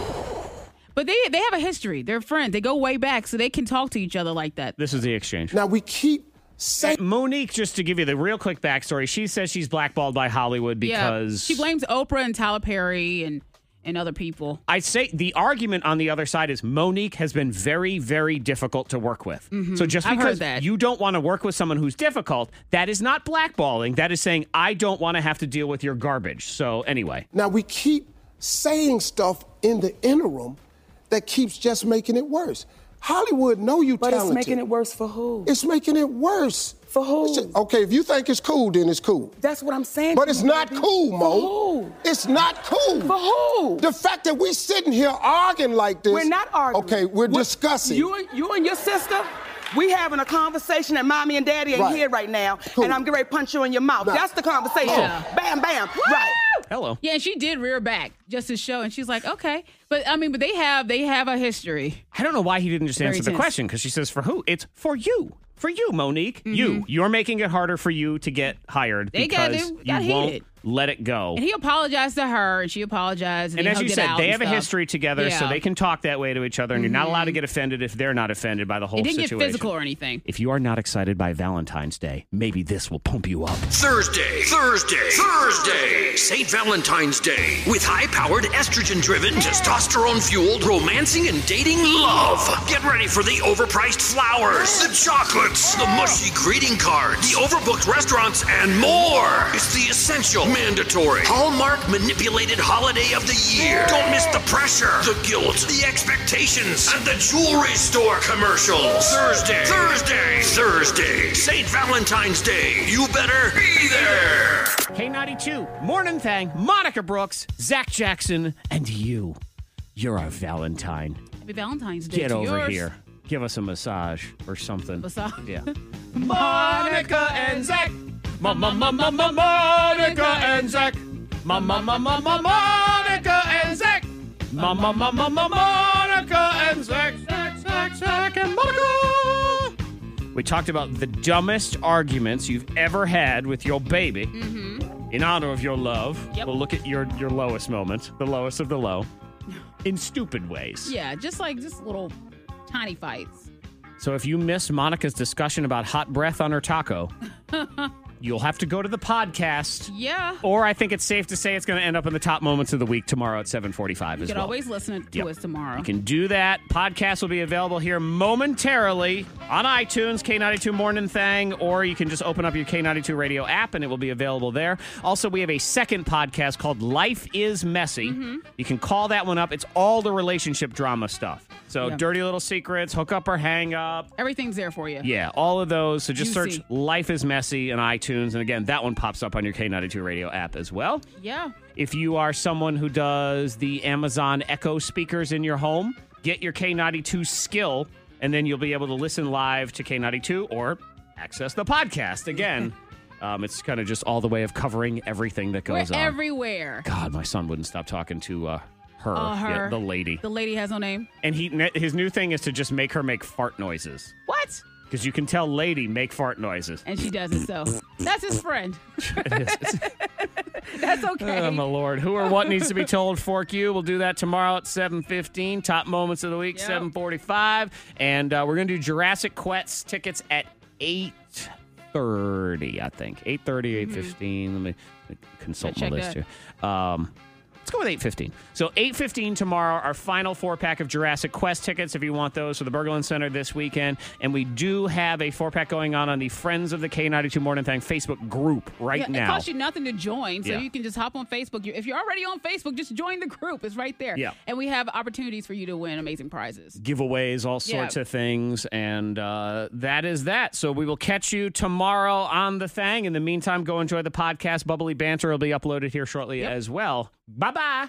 Speaker 5: But they they have a history. They're friends. They go way back, so they can talk to each other like that.
Speaker 4: This is the exchange. Now we keep saying Monique. Just to give you the real quick backstory, she says she's blackballed by Hollywood because
Speaker 5: yeah, she blames Oprah and Tyler Perry and and other people.
Speaker 4: I say the argument on the other side is Monique has been very, very difficult to work with.
Speaker 5: Mhm.
Speaker 4: So just
Speaker 5: I've heard
Speaker 4: because
Speaker 5: that.
Speaker 4: you don't want to work with someone who's difficult, that is not blackballing. That is saying I don't want to have to deal with your garbage. So anyway,
Speaker 22: Now we keep saying stuff in the interim that keeps just making it worse. Hollywood know you
Speaker 23: But it's
Speaker 22: talented.
Speaker 23: making it worse for who?
Speaker 22: It's making it worse. For who? okay, if you think it's cool, then it's cool.
Speaker 23: That's what I'm saying.
Speaker 22: But it's not
Speaker 23: Bobby.
Speaker 22: cool, Mo.
Speaker 23: For who?
Speaker 22: It's not cool. For
Speaker 23: who?
Speaker 22: The fact that we sitting here arguing like this.
Speaker 23: We're not arguing.
Speaker 22: Okay, we're, discussing.
Speaker 23: You and you and your sister, we having a conversation that mommy and daddy ain't
Speaker 22: Right.
Speaker 23: here right now, and I'm getting ready to punch you in your mouth.
Speaker 22: Nah.
Speaker 23: That's the conversation.
Speaker 5: Yeah.
Speaker 23: Bam, bam. Right.
Speaker 4: hello.
Speaker 5: Yeah, and she did rear back just to show, and she's like, okay, but I mean, but they have they have a history.
Speaker 4: I don't know why he didn't just
Speaker 5: Very
Speaker 4: answer the
Speaker 5: tense.
Speaker 4: question because she says for who? It's for you. For you, Monique. You. You're making it harder for you to get hired
Speaker 5: Mm-hmm. They got-
Speaker 4: because
Speaker 5: they got
Speaker 4: you won't
Speaker 5: heated.
Speaker 4: let it go.
Speaker 5: And he apologized to her, and she apologized. And,
Speaker 4: And
Speaker 5: they
Speaker 4: as you
Speaker 5: hugged it
Speaker 4: said,
Speaker 5: out
Speaker 4: they
Speaker 5: and
Speaker 4: have a
Speaker 5: stuff.
Speaker 4: history together, so
Speaker 5: Yeah. Mm-hmm.
Speaker 4: they can talk that way to each other, and you're not allowed to get offended if they're not offended by the whole
Speaker 5: It didn't
Speaker 4: situation.
Speaker 5: get physical or anything.
Speaker 4: If you are not excited by Valentine's Day, maybe this will pump you up.
Speaker 24: Thursday, Thursday, Thursday, St. Valentine's Day, with high powered, estrogen driven, testosterone fueled, romancing and dating love. Get ready for the overpriced flowers, the chocolate carts, the mushy greeting cards, the overbooked restaurants, and more. It's the essential, mandatory, hallmark Oh, manipulated holiday of the year. Don't miss the pressure, the guilt, the expectations, and the jewelry store commercials. Thursday, Thursday, Thursday, St. Valentine's Day. You better be there.
Speaker 4: Hey, Naughty Chew, Morning Thang, Monica Brooks, Zach Jackson, and you. You're our Valentine.
Speaker 5: Happy Valentine's Day.
Speaker 4: Get
Speaker 5: to
Speaker 4: over
Speaker 5: yours.
Speaker 4: here. Give us a massage or something.
Speaker 5: Massage?
Speaker 4: Yeah.
Speaker 8: Monica and Zach. Ma ma ma ma ma Monica and Zach. Ma ma ma ma ma Monica and Zach. Ma ma ma ma ma Monica and Zach. Zach Zach Zach and Monica.
Speaker 4: We talked about the dumbest arguments you've ever had with your baby. In honor of your love,
Speaker 5: Yep.
Speaker 4: we'll look at your, your lowest moment, the lowest of the low, in stupid ways.
Speaker 5: Yeah, just like just little tiny fights.
Speaker 4: So if you missed Monica's discussion about hot breath on her taco, you'll have to go to the podcast.
Speaker 5: Yeah.
Speaker 4: Or I think it's safe to say it's going to end up in the top moments of the week tomorrow at 7:45
Speaker 5: You can
Speaker 4: as well.
Speaker 5: always listen to
Speaker 4: Yep.
Speaker 5: us tomorrow.
Speaker 4: You can do that. Podcast will be available here momentarily on iTunes, K92 Morning Thing, or you can just open up your K92 radio app and it will be available there. Also, we have a second podcast called Life is Messy.
Speaker 5: Mm-hmm.
Speaker 4: You can call that one up. It's all the relationship drama stuff. So,
Speaker 5: Yeah.
Speaker 4: dirty little secrets, hook up or hang up.
Speaker 5: Everything's there for you.
Speaker 4: Yeah, all of those. So just
Speaker 5: Juicy.
Speaker 4: search Life is Messy on iTunes. And again, that one pops up on your K92 radio app as well.
Speaker 5: Yeah.
Speaker 4: If you are someone who does the Amazon Echo speakers in your home, get your K92 skill, and then you'll be able to listen live to K92 or access the podcast again. um, it's kind of just all the way of covering everything that
Speaker 5: We're
Speaker 4: goes on.
Speaker 5: everywhere.
Speaker 4: God, my son wouldn't stop talking to uh, her,
Speaker 5: Uh,
Speaker 4: yeah,
Speaker 5: her.
Speaker 4: the lady.
Speaker 5: The lady has no name.
Speaker 4: and he his new thing is to just make her make fart noises.
Speaker 5: What?
Speaker 4: Because you can tell lady make fart noises.
Speaker 5: And she does it so. That's his friend. That's okay.
Speaker 4: Oh my lord! Who or what needs to be told? Fork you. We'll do that tomorrow at seven fifteen. Top moments of the week, seven forty five, and uh, we're gonna do Jurassic Quest tickets at eight thirty. I think eight thirty, eight fifteen. Let me let me consult my
Speaker 5: Mm-hmm. Check that.
Speaker 4: list here. Um, let's go with eight fifteen. So eight fifteen tomorrow. Our final four pack of Jurassic Quest tickets, if you want those, for the Berglund Center this weekend. And we do have a four pack going on on the Friends of the K ninety two Morning Thing Facebook group right
Speaker 5: Yeah,
Speaker 4: now.
Speaker 5: It costs you nothing to join, so
Speaker 4: Yeah.
Speaker 5: you can just hop on Facebook. You- If you're already on Facebook, just join the group. It's right there.
Speaker 4: Yeah.
Speaker 5: And we have opportunities for you to win amazing prizes.
Speaker 4: giveaways, all
Speaker 5: Yeah.
Speaker 4: sorts of things. And uh, that is that. So we will catch you tomorrow on the thing. In the meantime, go enjoy the podcast. Bubbly Banter will be uploaded here shortly as well. Bye bye.